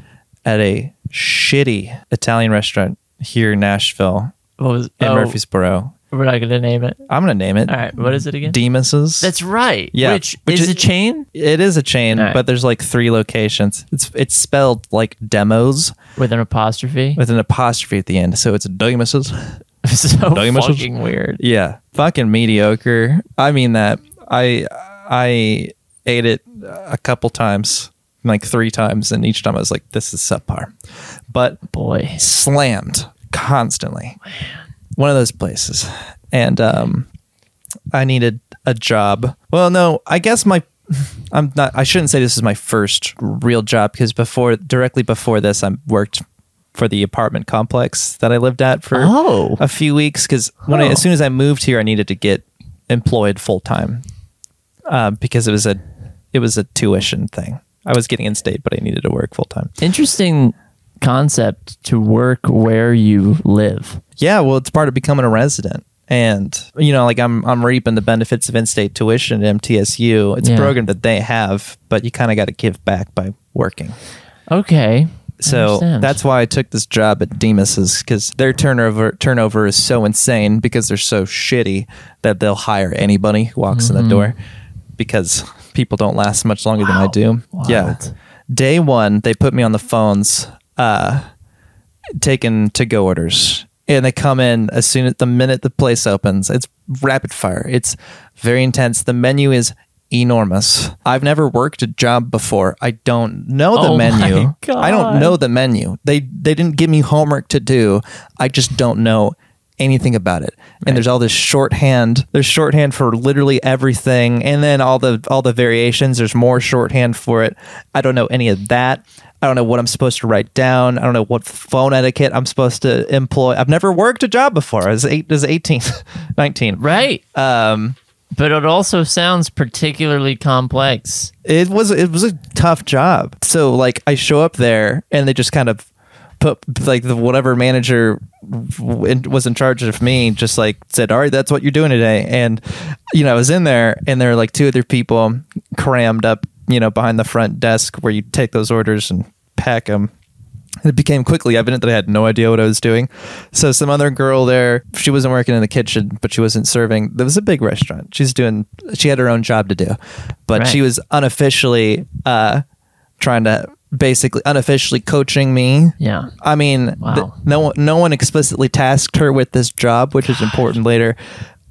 A: at a shitty Italian restaurant here in Nashville
B: What was
A: in
B: oh,
A: Murfreesboro.
B: We're not gonna name it.
A: I'm gonna name it.
B: All right, what is it again?
A: Demas's.
B: That's right.
A: Yeah,
B: which,
A: which
B: is
A: is-
B: a chain
A: It is a chain,
B: All right.
A: but there's like three locations. It's it's spelled like demos
B: with an apostrophe.
A: with an apostrophe at the end, so it's demos.
B: so
A: Dimas is-
B: fucking weird.
A: Yeah, fucking mediocre. I mean that. I I ate it a couple times, like three times, and each time I was like, "This is subpar," but
B: Boy,
A: slammed constantly. One of those places, and um, I needed a job. Well, no, I guess my I'm not. I shouldn't say this is my first real job because before, directly before this, I worked for the apartment complex that I lived at for
B: Oh.
A: a few weeks because when I,
B: Oh.
A: as soon as I moved here, I needed to get employed full time uh, because it was a it was a tuition thing. I was getting in state, but I needed to work full time.
B: interesting concept to work where you live.
A: Yeah, well, it's part of becoming a resident. And you know, like I'm, I'm reaping the benefits of in-state tuition at MTSU. It's
B: Yeah.
A: a program that they have, but you kind of got to give back by working.
B: Okay. I
A: So
B: understand.
A: that's why I took this job at Demas's because their turnover turnover is so insane because they're so shitty that they'll hire anybody who walks
B: Mm-hmm.
A: in the door because people don't last much longer than I do. Yeah,
B: Wild.
A: day one they put me on the phones, uh, taking to go orders, and they come in as soon as the minute the place opens. It's rapid fire. It's very intense. The menu is. Enormous. I've never worked a job before. I don't know the
B: Oh my
A: menu. I don't
B: God.
A: know know the menu. They they didn't give me homework to do. I just don't know anything about it. And there's all this shorthand. There's shorthand for literally everything. And then all the all the variations. There's more shorthand for it. I don't know any of that. I don't know what I'm supposed to write down. I don't know what phone etiquette I'm supposed to employ. I've never worked a job before. I was eight, I was 18, 19.
B: right. Um, but it also sounds particularly complex.
A: it was it was a tough job. So like I show up there and they just kind of put like the whatever manager w- in- was in charge of me just like said, "All right, that's what you're doing today." And you know, I was in there and there were like two other people crammed up, you know, behind the front desk where you take those orders and pack them. And it became quickly evident that I had no idea what I was doing. So some other girl there, she wasn't working in the kitchen, but she wasn't serving. There was a big restaurant. She's doing. She had her own job to do, but
B: Right.
A: she was unofficially uh, trying to basically unofficially coaching me.
B: Yeah.
A: I mean, th-
B: Wow.
A: no one no one explicitly tasked her with this job, which is important later.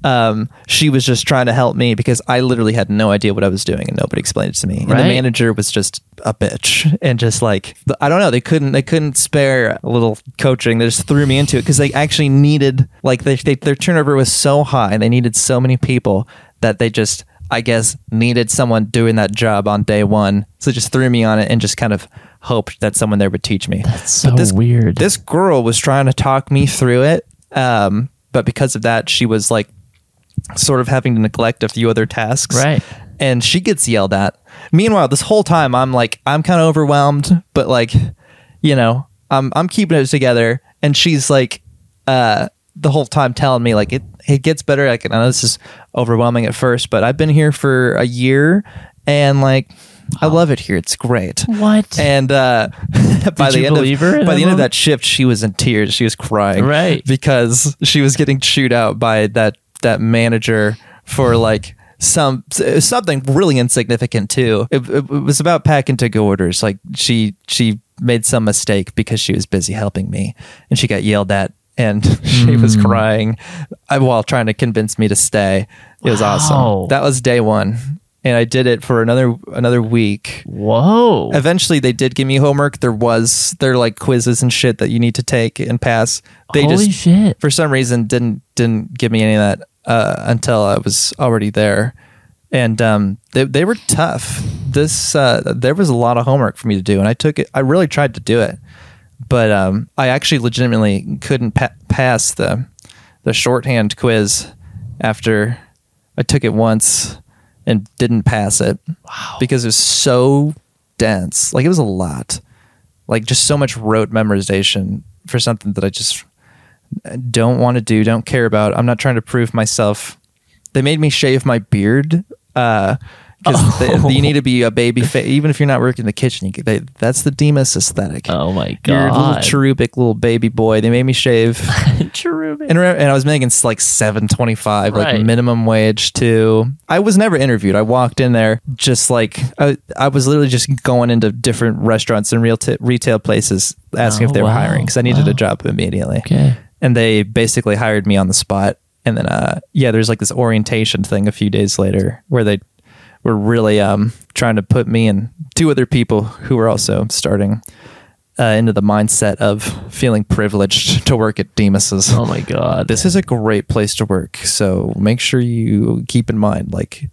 A: Um, she was just trying to help me because I literally had no idea what I was doing and nobody explained it to me. And
B: Right.
A: the manager was just a bitch and just like I don't know, they couldn't they couldn't spare a little coaching. They just threw me into it because they actually needed like they, they, their turnover was so high and they needed so many people that they just I guess needed someone doing that job on day one. So they just threw me on it and just kind of hoped that someone there would teach me.
B: That's so
A: But this-
B: weird.
A: This girl was trying to talk me through it, um, but because of that, she was like sort of having to neglect a few other tasks.
B: Right.
A: And she gets yelled at. Meanwhile, this whole time I'm like I'm kind of overwhelmed, but like you know, I'm I'm keeping it together and she's like uh the whole time telling me like it it gets better. Like I know this is overwhelming at first, but I've been here for a year and like I love it here. It's great.
B: What?
A: And uh, by
B: Did you
A: the end
B: believe
A: of
B: her at
A: by
B: that
A: the end of
B: moment?
A: that shift, she was in tears. She was crying,
B: Right.
A: because she was getting chewed out by that that manager for like some something really insignificant too. It, it, was about packing to go orders. Like she she made some mistake because she was busy helping me, and she got yelled at. And she
B: Hmm.
A: was crying uh, while trying to convince me to stay. It was
B: Wow.
A: awesome. That was day one, and I did it for another another week
B: Whoa.
A: eventually they did give me homework there was there are like quizzes and shit that you need to take and pass they
B: Holy
A: just
B: shit.
A: for some reason didn't didn't give me any of that uh, until i was already there and um, they, they were tough this uh, there was a lot of homework for me to do and i took it i really tried to do it but um, i actually legitimately couldn't pa- pass the the shorthand quiz after i took it once and didn't pass it because it was so dense. Like it was a lot. Like just so much rote memorization for something that I just don't want to do, don't care about. I'm not trying to prove myself. They made me shave my beard because you need to be a baby face. Even if you're not working in the kitchen, you, get- they, that's the Demas aesthetic.
B: Oh my
A: You're a little
B: god.
A: cherubic little baby boy. They made me shave.
B: Cherubic.
A: And, remember, and I was making s- like seven twenty five,
B: Right.
A: like minimum wage too. I was never interviewed. I walked in there just like I, I was literally just going into different restaurants and real t- retail places asking
B: Oh,
A: if they were
B: wow.
A: hiring because I needed
B: Wow.
A: a job immediately.
B: Okay.
A: And they basically hired me on the spot. And then uh, yeah, there's like this orientation thing a few days later where they were really um, trying to put me and two other people who were also starting uh, into the mindset of feeling privileged to work at Demas's.
B: Oh my god.
A: This is a great place to work, so make sure you keep in mind, like,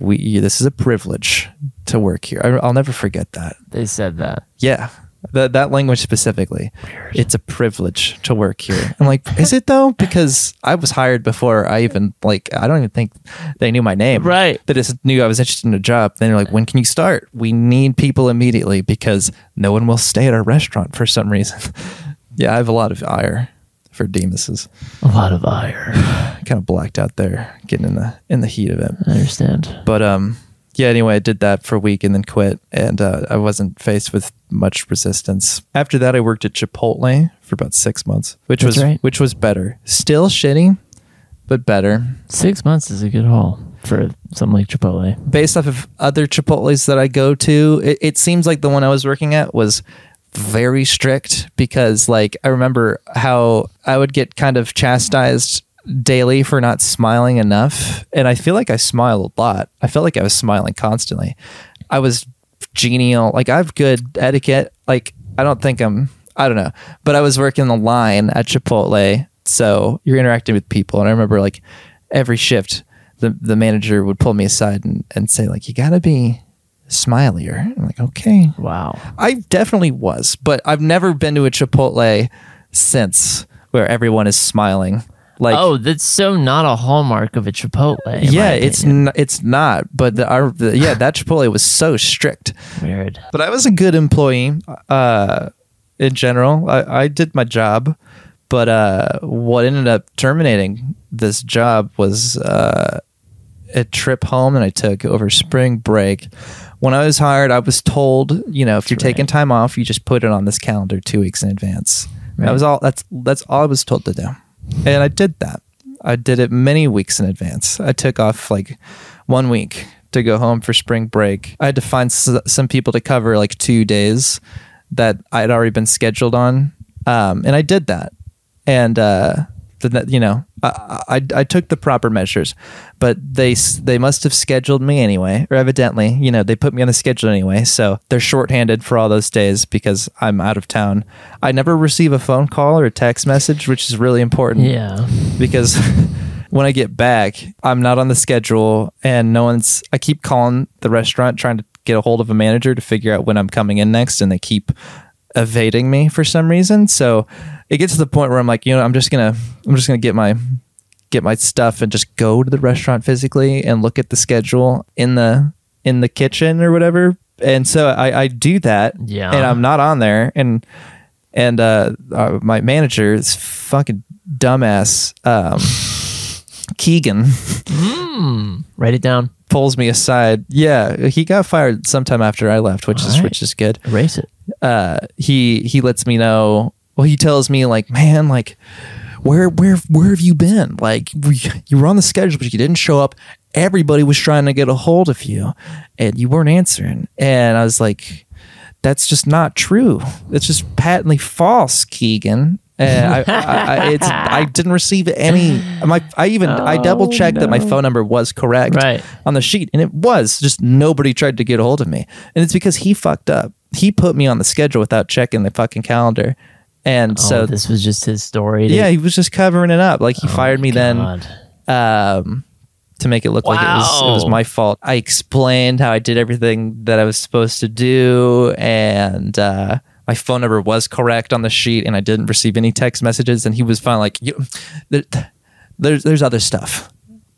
A: we this is a privilege to work here. I, I'll never forget that.
B: They said that.
A: Yeah. That, that language specifically. It's a privilege to work here. I'm like, is it though? Because I was hired before I even like I don't even think they knew my name.
B: Right.
A: They just knew I was interested in a job. Then they're like, when can you start? We need people immediately because no one will stay at our restaurant for some reason. yeah, I have a lot of ire for Demas's.
B: A lot of ire.
A: I kind of blacked out there getting in the in the heat of it.
B: I understand.
A: But um, yeah. Anyway, I did that for a week and then quit, and uh, I wasn't faced with much resistance. After that, I worked at Chipotle for about six months, which
B: That's
A: was
B: right.
A: which was better. Still shitty, but better.
B: Six months is a good haul for something like Chipotle.
A: Based off of other Chipotles that I go to, it, it seems like the one I was working at was very strict because, like, I remember how I would get kind of chastised daily for not smiling enough, and I feel like I smiled a lot. I felt like I was smiling constantly. I was genial. Like I have good etiquette. Like I don't think I'm. I don't know. But I was working the line at Chipotle, so you're interacting with people. And I remember like every shift, the the manager would pull me aside and, and say like, "You gotta be smilier." I'm like, "Okay."
B: Wow.
A: I definitely was, but I've never been to a Chipotle since where everyone is smiling. Like
B: oh, that's so not a hallmark of a Chipotle. in my
A: yeah, it's
B: opinion.
A: n- it's not, but the, our, the, yeah, that Chipotle was so strict.
B: weird.
A: But I was a good employee uh, in general. I, I did my job, but uh, what ended up terminating this job was uh, a trip home that I took over spring break. When I was hired, I was told, you know, if you're taking time off, you just put it on this calendar two weeks in advance. That was all. That's that's all I was told to do, and I did that. I did it many weeks in advance. I took off like one week to go home for spring break. I had to find s- some people to cover like two days that I had already been scheduled on, um, and I did that. And uh, the, the- you know, I, I I took the proper measures, but they s- they must have scheduled me anyway, or evidently, you know, they put me on the schedule anyway. So they're shorthanded for all those days because I'm out of town. I never receive a phone call or a text message, which is really important
B: Yeah.
A: because when I get back, I'm not on the schedule and no one's I keep calling the restaurant trying to get a hold of a manager to figure out when I'm coming in next and they keep evading me for some reason. So it gets to the point where I'm like, you know, I'm just going to I'm just going to get my get my stuff and just go to the restaurant physically and look at the schedule in the in the kitchen or whatever. And so I, I do that
B: Yeah.
A: and I'm not on there and and uh, uh my manager is fucking dumbass um Keegan um,
B: Write it down.
A: pulls me aside. Yeah, he got fired sometime after I left, which is
B: Alright.
A: which is good
B: Erase it.
A: uh, he he lets me know. Well, he tells me like, man, like, where where where have you been? Like, we, you were on the schedule, but you didn't show up. Everybody was trying to get a hold of you, and you weren't answering. And I was like, that's just not true. It's just patently false, Keegan. And I, I, I, it's, I didn't receive any. My, I even I double checked that my phone number was correct
B: Right.
A: on the sheet and it was just nobody tried to get a hold of me and it's because he fucked up he put me on the schedule without checking the fucking calendar and
B: oh,
A: so
B: this was just his story. to- Oh
A: yeah he was just covering it up like he fired me
B: God.
A: then um to make it look like it was it was
B: Wow.
A: my fault i explained how i did everything that i was supposed to do and uh my phone number was correct on the sheet and i didn't receive any text messages and he was finally like you, there, there's there's other stuff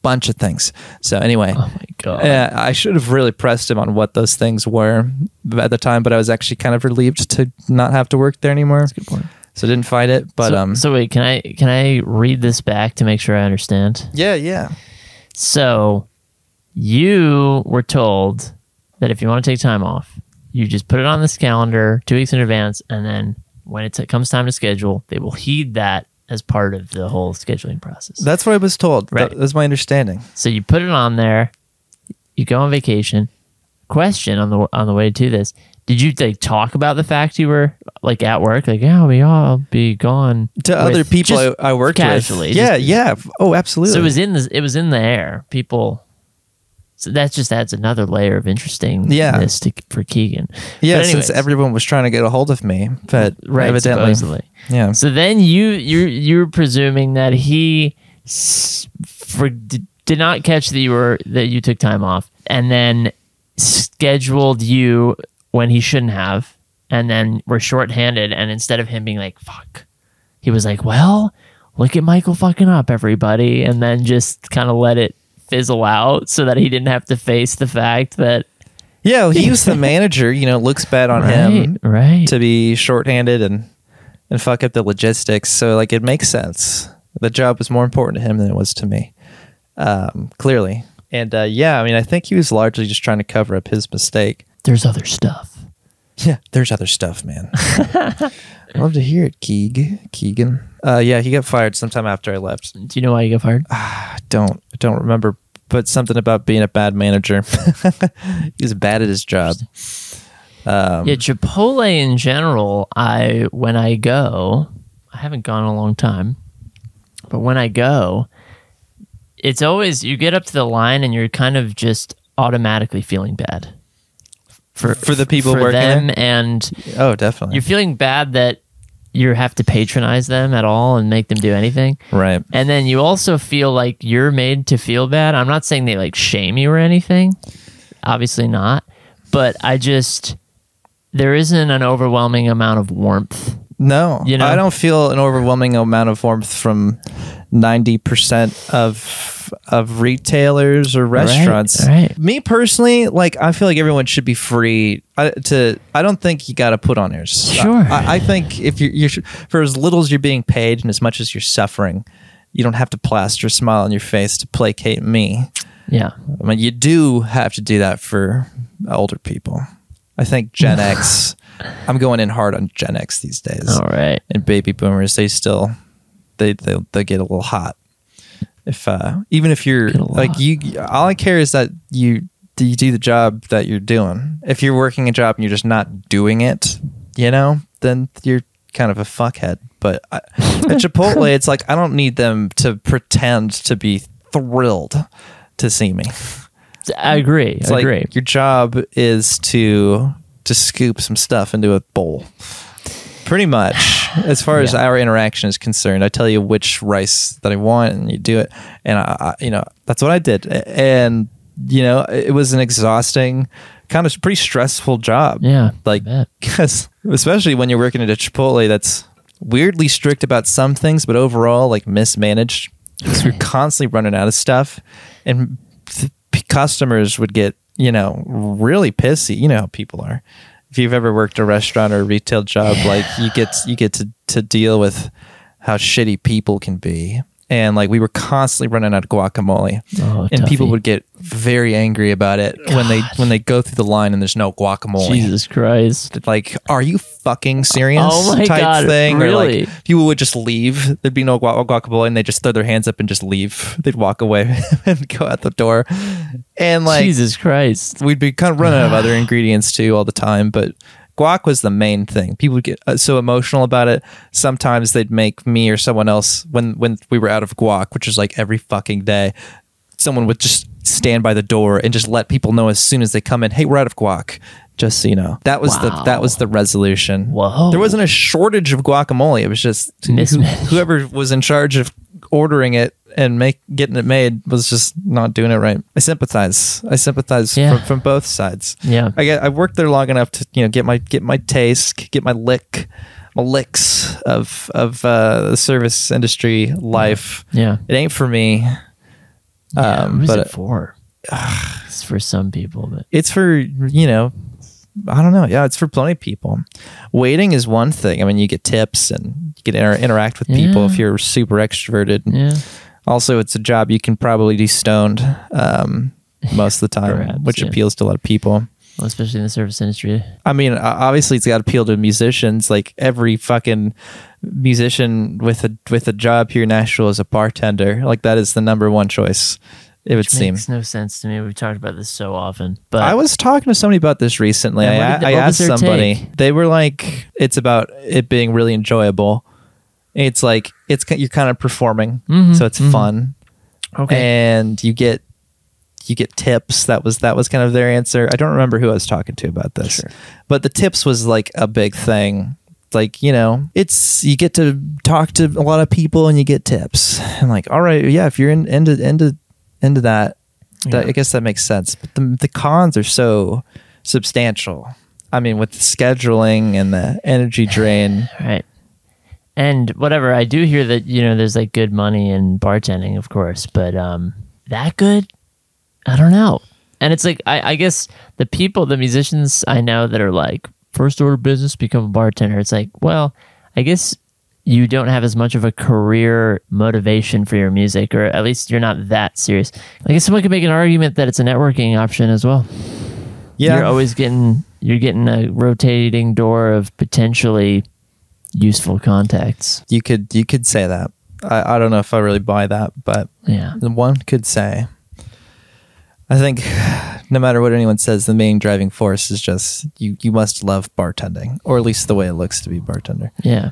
A: bunch of things so anyway
B: Oh my god.
A: yeah, I should have really pressed him on what those things were at the time, but I was actually kind of relieved to not have to work there anymore. That's a good point. So I didn't fight it, but
B: so,
A: um,
B: so wait, can I can I read this back to make sure I understand?
A: yeah, yeah,
B: So you were told that if you want to take time off, you just put it on this calendar two weeks in advance, and then when it t- comes time to schedule, they will heed that as part of the whole scheduling process.
A: that's what I was told.
B: Right.
A: That, that's my understanding.
B: So you put it on there. You go on vacation. Question on the on the way to this: Did you like talk about the fact you were like at work? Like, yeah, we all be gone
A: To
B: with-
A: other people
B: just
A: I, I worked
B: casually,
A: with, yeah,
B: just-
A: yeah, oh, absolutely.
B: So it was in the it was in the air. People So that just adds another layer of interesting
A: Yeah.
B: to, for Keegan.
A: Yeah,
B: But
A: since
B: anyways.
A: everyone was trying to get a hold of me, but
B: Right,
A: evidently,
B: supposedly.
A: yeah,
B: So then you you you're presuming that he s- for, did, did not catch that you were that you took time off, and then scheduled you when he shouldn't have, and then were shorthanded, and instead of him being like fuck, he was like, well, look at Michael fucking up everybody, and then just kind of let it fizzle out so that he didn't have to face the fact that
A: yeah. well, He was the manager. You know, it looks bad on him
B: right right
A: to be shorthanded and and fuck up the logistics. So like, it makes sense. The job was more important to him than it was to me, um, clearly. And uh, yeah, I mean, I think he was largely just trying to cover up his mistake.
B: there's other stuff.
A: Yeah, there's other stuff, man. I love to hear it, Keeg. Keegan. Uh, yeah, he got fired sometime after I left.
B: Do you know why you got fired?
A: I don't I don't remember, but something about being a bad manager. he was bad at his job. Um,
B: Yeah, Chipotle in general, I when I go, I haven't gone in a long time, but when I go, it's always you get up to the line and you're kind of just automatically feeling bad for
A: For the people
B: for
A: working
B: them, and
A: oh, definitely.
B: you're feeling bad that you have to patronize them at all and make them do anything.
A: Right.
B: And then you also feel like you're made to feel bad. I'm not saying they like shame you or anything. Obviously not. But I just there isn't an overwhelming amount of warmth.
A: No,
B: You know?
A: I don't feel an overwhelming amount of warmth from ninety percent of of retailers or restaurants.
B: right.
A: Me personally, like I feel like everyone should be free uh, to. I don't think you got to put on yours.
B: Sure.
A: I, I think if you you should, for as little as you're being paid and as much as you're suffering, you don't have to plaster a smile on your face to placate me.
B: Yeah.
A: I mean, you do have to do that for older people. I think Gen X. I'm going in hard on Gen X these days
B: All right.
A: and baby boomers they still they they they get a little hot if uh even if you're
B: Get a lot.
A: like you all i care is that you do you do the job that you're doing if you're working a job and you're just not doing it you know then you're kind of a fuckhead but I, at chipotle it's like i don't need them to pretend to be thrilled to see me
B: I agree.
A: it's
B: I
A: like
B: agree.
A: your job is to to scoop some stuff into a bowl. Pretty much, as far as our interaction is concerned, I tell you which rice that I want, and you do it. And I, I you know, that's what I did. A- And you know, it was an exhausting, kind of pretty stressful job.
B: Yeah.
A: like
B: I bet.
A: because especially when you're working at a Chipotle that's weirdly strict about some things, but overall like mismanaged. 'Cause you're constantly running out of stuff, and th- p- customers would get you know really pissy. You know how people are. If you've ever worked a restaurant or a retail job, like you get you get to to deal with how shitty people can be. And like we were constantly running out of guacamole,
B: Oh,
A: and people
B: toughie.
A: would get very angry about it when they when they go through the line and there's no guacamole
B: Jesus Christ.
A: like, "Are you fucking serious?"
B: Oh my
A: type
B: God,
A: thing. Or
B: really?
A: like, people would just leave. There'd be no guac- guacamole, and they just throw their hands up and just leave. They'd walk away and go out the door. And like,
B: Jesus Christ.
A: we'd be kind of running out of other ingredients too all the time, but. Guac was the main thing. People would get uh, so emotional about it. Sometimes they'd make me or someone else when when we were out of guac, which is like every fucking day. Someone would just stand by the door and just let people know as soon as they come in, "Hey, we're out of guac." Just so you know, that was the
B: Wow.
A: that was the resolution.
B: Whoa.
A: There wasn't a shortage of guacamole. It was just who-
B: Mismanaged.
A: whoever was in charge of ordering it and make getting it made was just not doing it right. I sympathize. I sympathize
B: Yeah.
A: from, from both sides.
B: Yeah.
A: I get, I worked there long enough to you know get my get my taste, get my lick, my licks of of uh, the service industry life.
B: Yeah.
A: It ain't for me.
B: yeah.
A: Um,
B: Who's
A: but-
B: it for? it's for some people, but
A: it's for you know i don't know yeah it's for plenty of people waiting is one thing i mean you get tips and you can inter- interact with people
B: Yeah.
A: if you're super extroverted
B: yeah.
A: also it's a job you can probably do stoned um, most of the time
B: Perhaps,
A: which
B: yeah.
A: appeals to a lot of people
B: Well, especially in the service industry.
A: I mean, o- obviously, it's got to appeal to musicians. Like every fucking musician with a with a job here in Nashville is a bartender. Like that is the number one choice. It would seem.
B: Makes no sense to me. We've talked about this so often, but
A: I was talking to somebody about this recently.
B: Yeah,
A: I,
B: what did-
A: I
B: what was
A: asked
B: their
A: somebody.
B: take?
A: They were like, "It's about it being really enjoyable. It's like
B: Mm-hmm,
A: it's ki- you're kind of performing,
B: Mhm,
A: so it's
B: mhm.
A: fun,
B: okay.
A: and you get you get tips. That was that was kind of their answer. I don't remember who I was talking to about this,
B: Sure.
A: but the tips was like a big thing. Like you know, it's you get to talk to a lot of people and you get tips. And like, all right, yeah, if you're in, into into into that, that, I guess that makes sense. But the the cons are so substantial. I mean, with the scheduling and the energy drain.
B: Right. And whatever, I do hear that, you know, there's like good money in bartending, of course, but um that good? I don't know. And it's like I, I guess the people, the musicians I know that are like, first order of business, become a bartender, it's like, well, I guess you don't have as much of a career motivation for your music, or at least you're not that serious. I guess someone could make an argument that it's a networking option as well
A: Yeah,
B: you're always getting you're getting a rotating door of potentially useful contacts.
A: you could you could say that. I, I don't know if I really buy that, but
B: Yeah.
A: one could say. I think no matter what anyone says, the main driving force is just you you must love bartending, or at least the way it looks to be a bartender.
B: Yeah.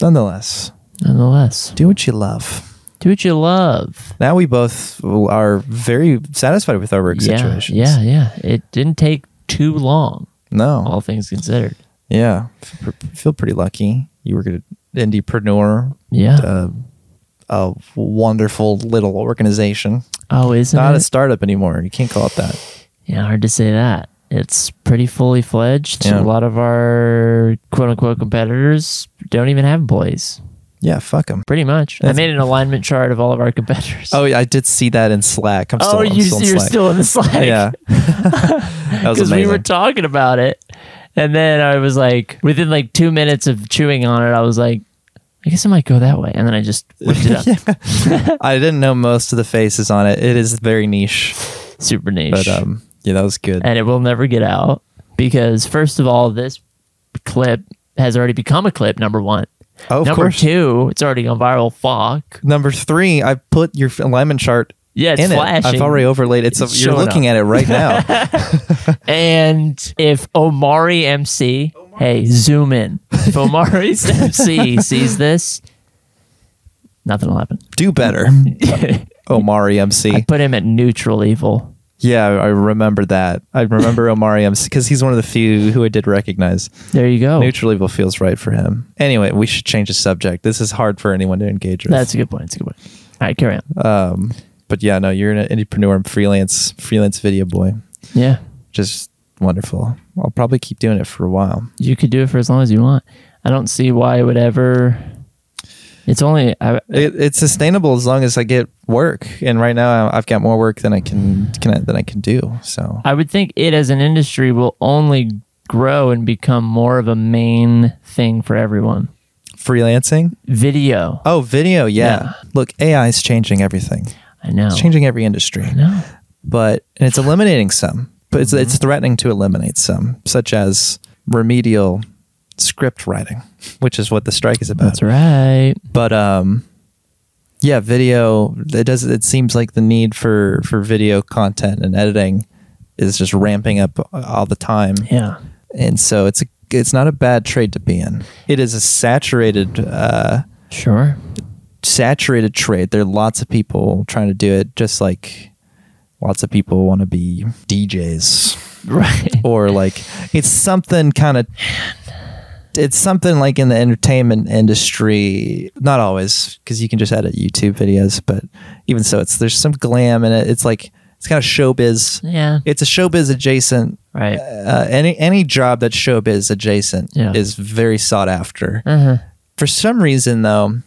A: Nonetheless,
B: Nonetheless.
A: do what you love.
B: Do what you love.
A: Now we both are very satisfied with our work
B: yeah.
A: situations.
B: Yeah, yeah. It didn't take too long,
A: No.
B: all things considered.
A: Yeah. F- pr- Feel pretty lucky. You were an indiepreneur,
B: Yeah.
A: uh, a wonderful little organization.
B: oh, isn't
A: Not
B: it?
A: a startup anymore. You can't call it that.
B: yeah, hard to say that. It's pretty fully fledged.
A: Yeah.
B: A lot of our quote unquote competitors don't even have employees.
A: Yeah, fuck them.
B: Pretty much.
A: That's-
B: I made an alignment chart of all of our competitors.
A: Oh, yeah, I did see that in Slack. I'm still,
B: oh
A: I'm
B: you,
A: still in
B: you're
A: Slack.
B: still in the Slack.
A: yeah. that was
B: because
A: amazing.
B: we were talking about it, and then I was like, within like two minutes of chewing on it, I was like, I guess I might go that way, and then I just whipped it up.
A: I didn't know most of the faces on it. It is very niche,
B: Super niche,
A: but um, yeah, that was good.
B: and it will never get out because first of all, this clip has already become a clip. Number one,
A: oh, of
B: number
A: course.
B: two, it's already gone viral. Fuck,
A: Number three, I put your alignment chart
B: yeah, it's
A: in
B: flashing.
A: it. I've already overlaid it. So
B: It's
A: you're
B: showing
A: looking at it right now.
B: And if Omari MC, hey, zoom in. If Omari's MC sees this, nothing will happen.
A: Do better, Omari
B: I
A: MC.
B: put him at neutral evil.
A: Yeah, I remember that. I remember Omari MC because he's one of the few who I did recognize.
B: There you go.
A: Neutral evil feels right for him. Anyway, we should change the subject. This is hard for anyone to engage with.
B: That's a good point. That's a good point. All right, carry on.
A: Um, but yeah, no, you're an entrepreneur, and freelance, freelance video boy,
B: yeah,
A: just wonderful. I'll probably keep doing it for a while.
B: you could do it for as long as you want. I don't see why it would ever. It's only I,
A: It, it's sustainable as long as I get work, and right now I- I've got more work than I can, can than I can do. So
B: I would think it as an industry will only grow and become more of a main thing for everyone.
A: freelancing.
B: Video.
A: Oh, video, yeah.
B: Yeah. Oh.
A: Look, AI is changing everything.
B: I know.
A: It's changing every industry,
B: I know.
A: but and it's eliminating some, but it's it's threatening to eliminate some, such as remedial script writing, which is what the strike is about.
B: That's right.
A: but um yeah video it does it seems like the need for for video content and editing is just ramping up all the time
B: Yeah.
A: and so it's a it's not a bad trade to be in it is a saturated uh
B: Sure.
A: saturated trade there are lots of people trying to do it just like lots of people want to be djs
B: Right.
A: or like it's something kind of it's something like in the entertainment industry not always because you can just edit youtube videos but even so it's there's some glam in it it's like it's kind of showbiz
B: Yeah.
A: it's a showbiz adjacent
B: Right.
A: uh, any any job that's showbiz adjacent
B: Yeah.
A: is very sought after
B: Uh-huh.
A: for some reason though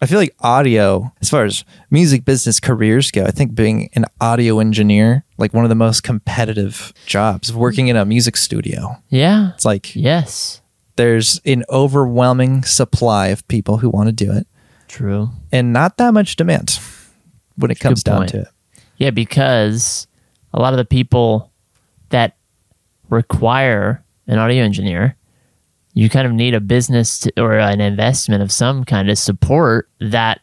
A: i feel like audio as far as music business careers go i think being an audio engineer like one of the most competitive jobs working in a music studio
B: Yeah.
A: it's like
B: Yes.
A: there's an overwhelming supply of people who want to do it
B: True.
A: and not that much demand when it comes down
B: point.
A: to it
B: Yeah, because a lot of the people that require an audio engineer, you kind of need a business to, or an investment of some kind to support that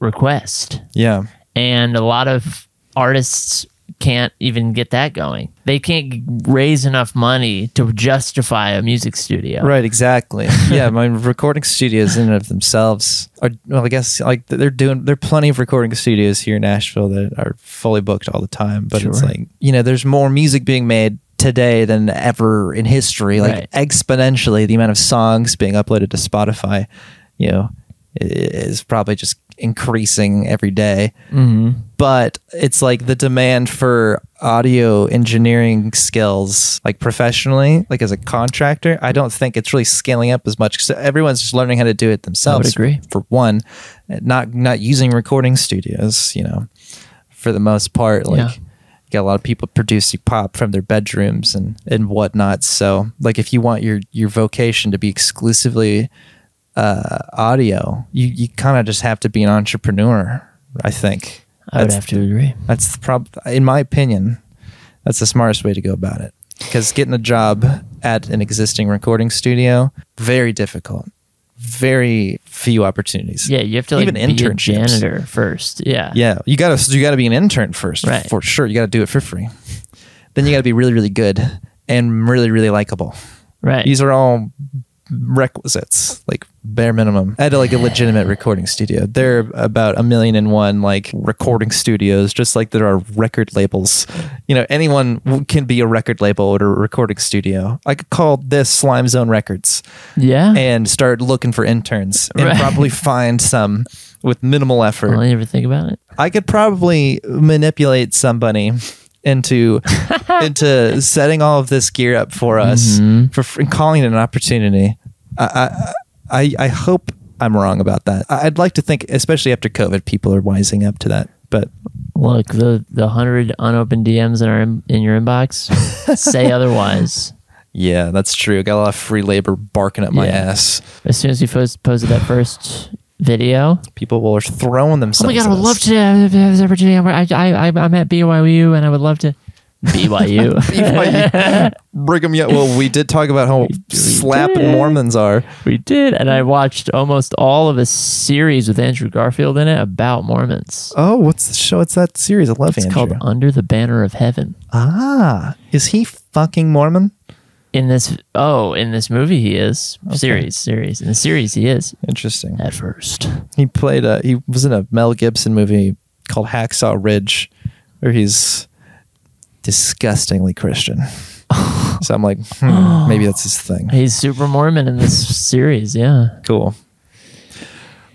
B: request.
A: yeah
B: And a lot of artists can't even get that going. They can't raise enough money to justify a music studio.
A: Right, exactly. yeah, my recording studios in and of themselves are well, I guess like they're doing there are plenty of recording studios here in Nashville that are fully booked all the time, but it's
B: Sure.
A: like, you know, there's more music being made today than ever in history, like
B: Right.
A: exponentially the amount of songs being uploaded to Spotify, you know, i- is probably just increasing every day
B: Mm-hmm.
A: but it's like the demand for audio engineering skills like professionally like as a contractor i don't think it's really scaling up as much so everyone's just learning how to do it themselves
B: agree.
A: for one not not using recording studios you know for the most part like
B: Yeah.
A: you got a lot of people producing pop from their bedrooms and and whatnot so like if you want your your vocation to be exclusively uh audio you you kind of just have to be an entrepreneur i think
B: I would
A: That's-
B: have to agree.
A: that's the prob in my opinion, that's the smartest way to go about it. Because getting a job at an existing recording studio, very difficult. Very few opportunities.
B: Yeah, you have to like
A: Even
B: be a
A: internships.
B: janitor first. Yeah.
A: Yeah. You gotta you gotta be an intern first
B: Right.
A: for sure. You gotta do it for free. Then you gotta be really, really good and really, really likable.
B: Right.
A: These are all requisites, like bare minimum. At like a legitimate recording studio. There are about a million and one like recording studios, just like there are record labels. You know, anyone w- can be a record label or a recording studio. I could call this Slime Zone Records
B: yeah.
A: and start looking for interns and
B: Right.
A: probably find some with minimal effort.
B: Well, you ever think about it?
A: I could probably manipulate somebody into into setting all of this gear up for us
B: Mm-hmm.
A: for, for calling it an opportunity. I, I I I hope I'm wrong about that. I- I'd like to think, especially after COVID, people are wising up to that. But
B: Look, the the hundred unopened DMs in our in your inbox say otherwise.
A: yeah, that's true. I got a lot of free labor barking at my
B: Yeah.
A: ass.
B: As soon as you post, posted that first video,
A: People were throwing
B: oh my
A: themselves.
B: god, I
A: at
B: would
A: us.
B: love to have this opportunity. I, I, I, I'm at BYU and I would love to BYU.
A: BYU. Brigham Young. Well, we did talk about how slapping
B: did.
A: Mormons are.
B: we did, and I watched almost all of a series with Andrew Garfield in it about Mormons.
A: Oh, what's the show? It's that series. I love
B: it's
A: Andrew.
B: called Under the Banner of Heaven.
A: Ah, is he fucking Mormon?
B: In this, oh, in this movie he is series series in the series he is
A: Interesting.
B: at first.
A: He played a. He was in a Mel Gibson movie called Hacksaw Ridge, where he's disgustingly Christian. so I'm like, hmm, maybe that's his thing.
B: He's super Mormon in this series. Yeah,
A: Cool.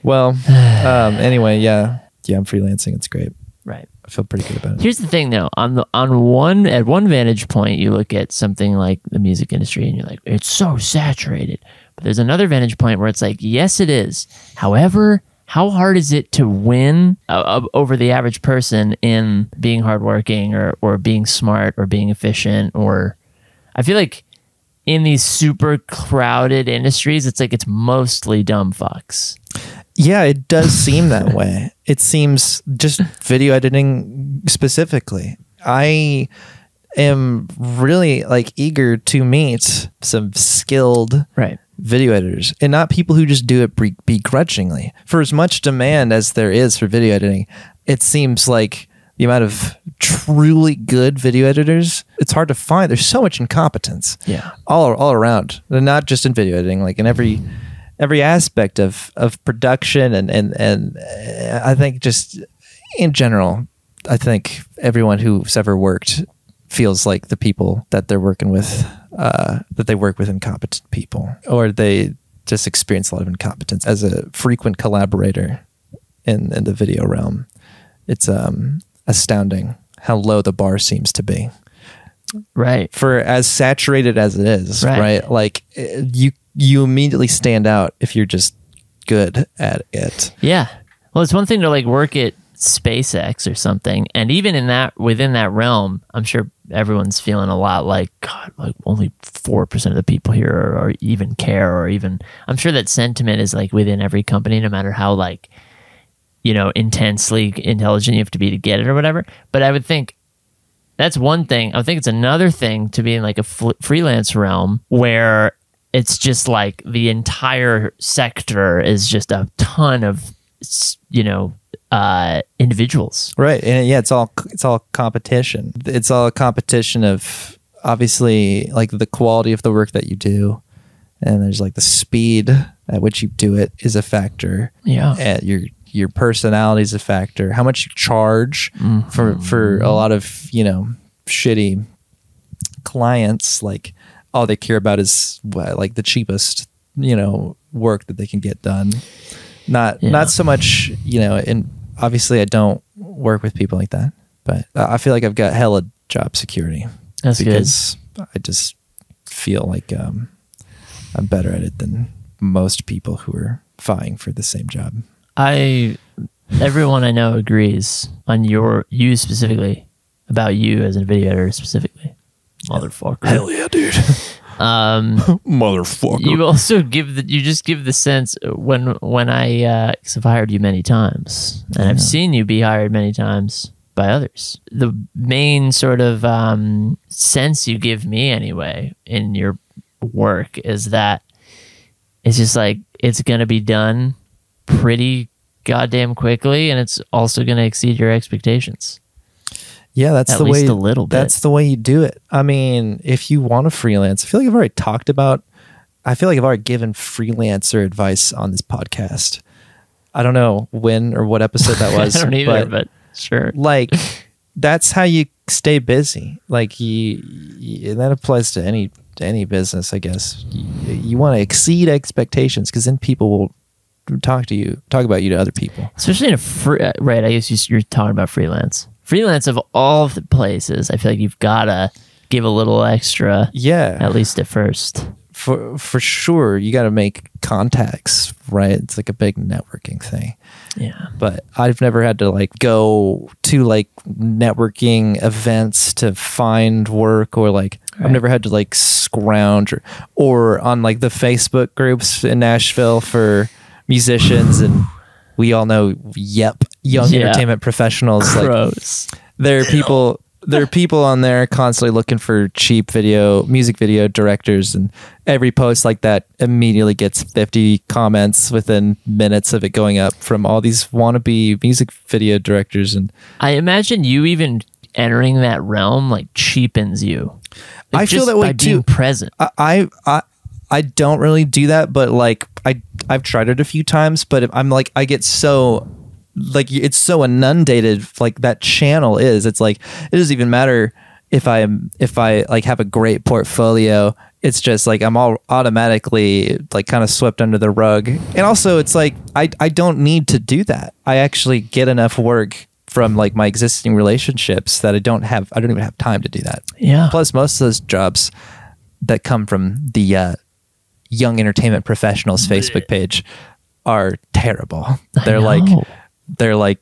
A: Well, um, anyway, yeah, yeah, I'm freelancing. It's great.
B: right.
A: I feel pretty good about it.
B: Here's the thing, though. On the on one at one vantage point, you look at something like the music industry, and you're like, it's so saturated. But there's another vantage point where it's like, yes, it is. However, how hard is it to win uh, over the average person in being hardworking or or being smart or being efficient? Or I feel like in these super crowded industries, it's like it's mostly dumb fucks.
A: Yeah, it does seem that way. It seems just video editing specifically. I am really like eager to meet some skilled
B: Right.
A: video editors and not people who just do it bre- begrudgingly. For as much demand as there is for video editing, it seems like the amount of truly good video editors, it's hard to find. There's so much incompetence
B: Yeah.
A: all all around and not just in video editing like in every every aspect of of production and and and uh, i think just in general i think everyone who's ever worked feels like the people that they're working with uh that they work with incompetent people or they just experience a lot of incompetence as a frequent collaborator in in the video realm it's um astounding how low the bar seems to be
B: Right.
A: for as saturated as it is,
B: Right.
A: right? Like eh, you you immediately stand out if you're just good at it.
B: Yeah. Well, it's one thing to like work at SpaceX or something, and even in that within that realm, I'm sure everyone's feeling a lot like God. Like only four percent of the people here are, are even care or even. I'm sure that sentiment is like within every company, no matter how like you know intensely intelligent you have to be to get it or whatever. But I would think that's one thing. I think it's another thing to be in like a fl- freelance realm where it's just like the entire sector is just a ton of s- you know uh, individuals.
A: Right. And yeah, it's all it's all competition. It's all a competition of obviously like the quality of the work that you do and there's like the speed at which you do it is a factor.
B: Yeah.
A: And your your personality is a factor. How much you charge for
B: Mm-hmm.
A: for a lot of, you know, shitty clients like all they care about is what, like the cheapest, you know, work that they can get done. Not
B: Yeah.
A: not so much, you know, and obviously I don't work with people like that, but I I feel like I've got hella job security
B: That's good.
A: because I just feel like um, I'm better at it than most people who are vying for the same job.
B: I everyone I know agrees on your you specifically about you as a video editor specifically. Motherfucker.
A: yeah, dude,
B: Um
A: motherfucker.
B: you also give the you just give the sense uh, when when I uh i I've hired you many times and I've seen you be hired many times by others. The main sort of um sense you give me anyway in your work is that it's just like it's going to be done pretty goddamn quickly and it's also going to exceed your expectations.
A: yeah, that's
B: at
A: the
B: least
A: way.
B: a little bit.
A: That's the way you do it. I mean, if you want to freelance, I feel like I've already talked about. I feel like I've already given freelancer advice on this podcast. I don't know when or what episode that was,
B: I don't either, but, sure.
A: like that's how you stay busy like you, you and that applies to any to any business i guess you, you want to exceed expectations because then people will talk to you talk about you to other people
B: especially in a free, uh, right. I guess you s- you're talking about freelance. Freelance of all the places, I feel like you've gotta give a little extra,
A: yeah
B: at least at first.
A: for for sure you got to make contacts right it's like a big networking thing
B: Yeah,
A: but I've never had to like go to like networking events to find work or like I've
B: Right.
A: never had to like scrounge or, or on like the Facebook groups in Nashville for musicians and we all know yep young
B: Yeah.
A: entertainment professionals like
B: gross.
A: there are people there are people on there constantly looking for cheap video music video directors and every post like that immediately gets 50 comments within minutes of it going up from all these wannabe music video directors and
B: I imagine you even entering that realm like cheapens you. Like,
A: I feel
B: just
A: that way
B: by
A: too.
B: being Present.
A: I I I, I don't really do that but like I I've tried it a few times but I'm like I get so like it's so inundated like that channel is it's like it doesn't even matter if i'm if i like have a great portfolio it's just like i'm all automatically like kind of swept under the rug and also it's like i i don't need to do that i actually get enough work from like my existing relationships that i don't have i don't even have time to do that
B: Yeah.
A: plus most of those jobs that come from the uh, young entertainment professionals facebook page are terrible they're like
B: know.
A: they're like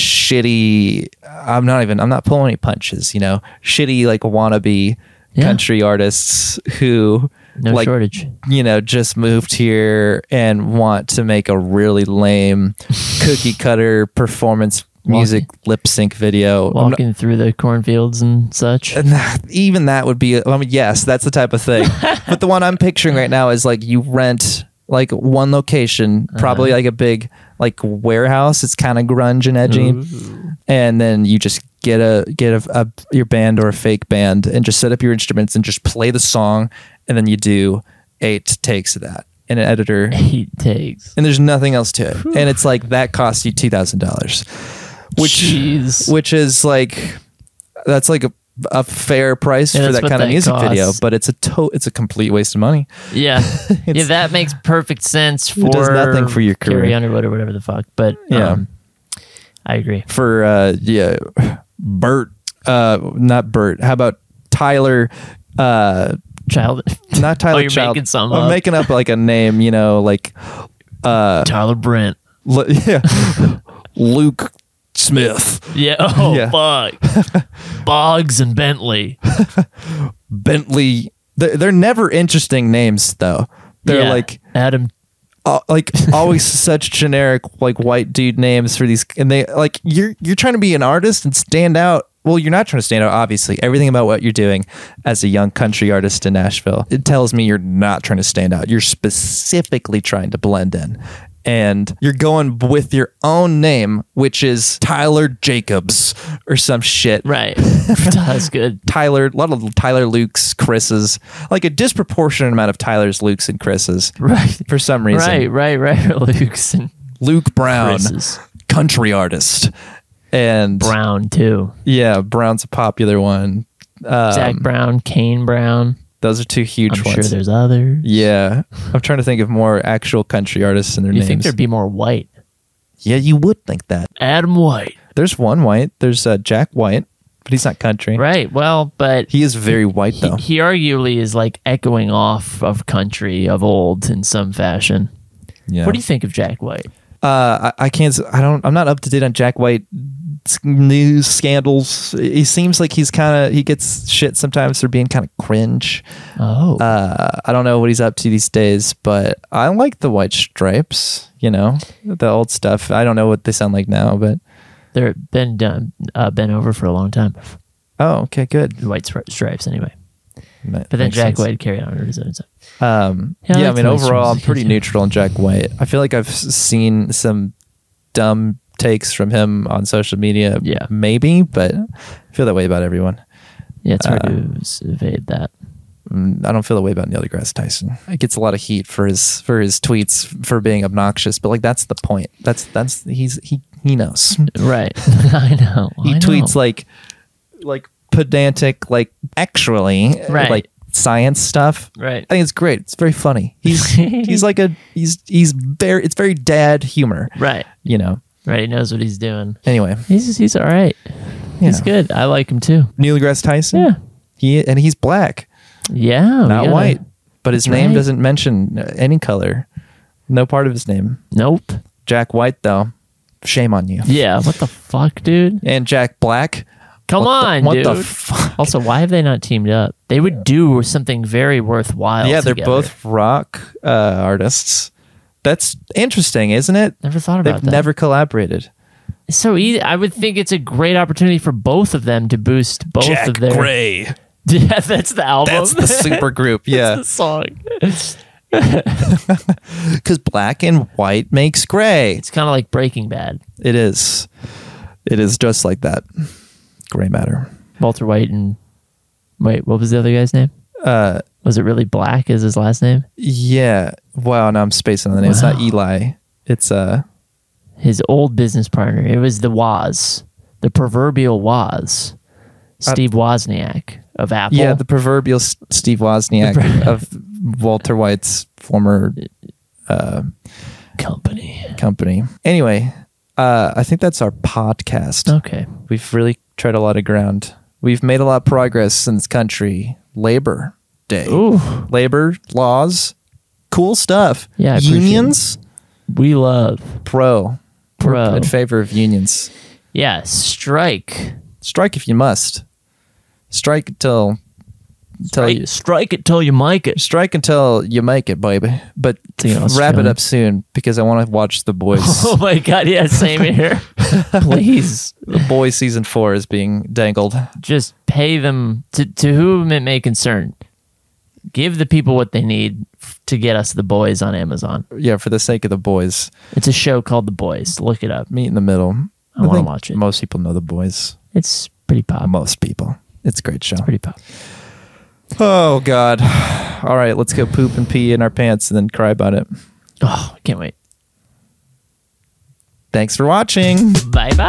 A: shitty i'm not even i'm not pulling any punches you know shitty like wannabe
B: Yeah.
A: country artists who
B: No
A: like
B: shortage.
A: you know just moved here and want to make a really lame cookie cutter performance music lip sync video I'm not-
B: Walking through the cornfields and such.
A: and that, even that would be I mean, yes that's the type of thing but the one i'm picturing right now is like you rent like one location probably like a big like warehouse it's kind of grunge and edgy and then you just get a get a, a your band or a fake band and just set up your instruments and just play the song and then you do eight takes of that in an editor
B: Eight takes.
A: and there's nothing else to it and it's like that costs you $2000 which
B: Jeez.
A: which is like that's like a, a fair price
B: Yeah,
A: for
B: that's
A: that
B: what
A: kind of
B: that
A: music video,
B: costs.
A: but it's a to- it's a complete waste of money.
B: Yeah. yeah, that makes perfect sense for
A: does nothing for your career.
B: Carrie Underwood or whatever the fuck. But
A: Yeah.
B: um, I agree.
A: For uh yeah, Bert uh not Bert. How about Tyler uh
B: Child
A: not Tyler
B: Oh, you're
A: Child.
B: making some
A: I'm
B: up.
A: making up like a name, you know, like Uh.
B: Tyler Brent.
A: Lu- yeah. Luke Smith,
B: Yeah. Oh
A: Yeah.
B: fuck. Boggs and Bentley.
A: Bentley. They're, they're never interesting names though. They're
B: Yeah.
A: like
B: Adam
A: uh, like always such generic like white dude names for these and they like you're you're trying to be an artist and stand out well you're not trying to stand out obviously everything about what you're doing as a young country artist in Nashville it tells me you're not trying to stand out you're specifically trying to blend in and you're going with your own name, which is Tyler Jacobs or some shit.
B: Right. That's good.
A: Tyler, a lot of Tyler Luke's, Chris's, like a disproportionate amount of Tyler's, Luke's, and Chris's
B: Right.
A: for some reason.
B: Right, right, right. Luke's and
A: Luke Brown,
B: Chris's.
A: country artist. And
B: Brown too.
A: yeah, Brown's a popular one. Um,
B: Zach Brown, Kane Brown.
A: Those are two huge
B: I'm
A: ones.
B: sure there's others.
A: yeah. I'm trying to think of more actual country artists and their
B: You
A: names.
B: think there'd be more white?
A: yeah, you would think that.
B: Adam White.
A: There's one white. There's uh, Jack White, but he's not country.
B: Right. Well, but
A: He is very white
B: he,
A: though.
B: he arguably is like echoing off of country of old in some fashion.
A: yeah.
B: What do you think of Jack White?
A: uh, I, I can't. s- I don't. I'm not up to date on Jack White s- news scandals. He seems like he's kind of. He gets shit sometimes for being kind of cringe.
B: Oh,
A: Uh, I don't know what he's up to these days, but I like the White Stripes. You know, the old stuff. I don't know what they sound like now, but
B: they're been done, uh, been over for a long time.
A: oh, okay, good.
B: The White stri- Stripes, anyway.
A: But
B: But then Jack White carried on his own.
A: Um,
B: Yeah,
A: yeah,
B: I
A: I
B: like
A: mean,
B: the White
A: overall,
B: Stripes.
A: I'm pretty neutral on Jack White. I feel like I've s- seen some dumb takes from him on social media.
B: Yeah.
A: maybe, but I feel that way about everyone.
B: Yeah, it's hard
A: Uh,
B: to s- evade that.
A: Mm, I don't feel that way about Neil deGrasse Tyson. It gets a lot of heat for his for his tweets for being obnoxious, but like that's the point. That's that's he's he he knows.
B: Right. I know.
A: He tweets like like pedantic, like actually,
B: Right.
A: like science stuff.
B: Right.
A: I think it's great. It's very funny. He's he's like a he's he's very it's very dad humor,
B: Right.
A: you know.
B: Right. He knows what he's doing.
A: Anyway,
B: He's he's all right. He's
A: Yeah.
B: good. I like him too.
A: Neil deGrasse Tyson.
B: Yeah. Oh,
A: He and he's black,
B: Yeah. we
A: not
B: gotta-
A: white, but his
B: That's
A: name
B: right.
A: doesn't mention uh, any color. No part of his name.
B: Nope.
A: Jack White though. Shame on you.
B: Yeah. What the fuck, dude?
A: And Jack Black.
B: Come
A: What the-
B: on,
A: what
B: dude.
A: the fuck?
B: also, why have they not teamed up? They would do something very worthwhile.
A: yeah, they're
B: together.
A: both rock uh, artists. That's interesting, isn't it?
B: Never thought about
A: They've
B: that.
A: never collaborated.
B: It's so easy. I would think it's a great opportunity for both of them to boost both of their.
A: Gray.
B: Yeah, that's the album.
A: That's the super group. Yeah.
B: the song.
A: because black and white makes gray.
B: It's kind of like Breaking Bad.
A: It is. It is just like that. Gray matter.
B: Walter White and wait, what was the other guy's name?
A: Uh,
B: Was it really Black? Is his last name?
A: yeah. Wow. Now I'm spacing on the name. It's not
B: Wow.
A: Eli. It's uh.
B: His old business partner. It was the Woz, the proverbial Woz, Steve Wozniak of Apple.
A: Uh, Yeah, the proverbial S- Steve Wozniak of Walter White's former
B: company.
A: company. Anyway, uh, I think that's our podcast.
B: Okay.
A: We've really tread a lot of ground. We've made a lot of progress since country labor day.
B: Ooh,
A: Labor laws, cool stuff.
B: Yeah, I appreciate it.
A: unions.
B: we love.
A: pro
B: Pro.
A: in favor of unions
B: Yeah, strike.
A: strike if you must strike until until
B: Strike,
A: you
B: strike it till you make it.
A: strike until you make it baby but
B: Think I was
A: wrap it
B: feeling-
A: up soon because i want to watch the boys
B: Oh my god, yeah, same here. Please
A: the boys season four is being dangled
B: just pay them to to whom it may concern. Give the people what they need f- to get us the boys on Amazon.
A: yeah for the sake of the boys
B: It's a show called The Boys. Look it up.
A: meet in the middle
B: I wanna
A: think
B: watch it.
A: most people know the boys
B: It's pretty pop.
A: most people it's a great show
B: Pretty pop.
A: oh god all right let's go poop and pee in our pants and then cry about it
B: Oh, can't wait.
A: thanks for watching
B: Bye bye.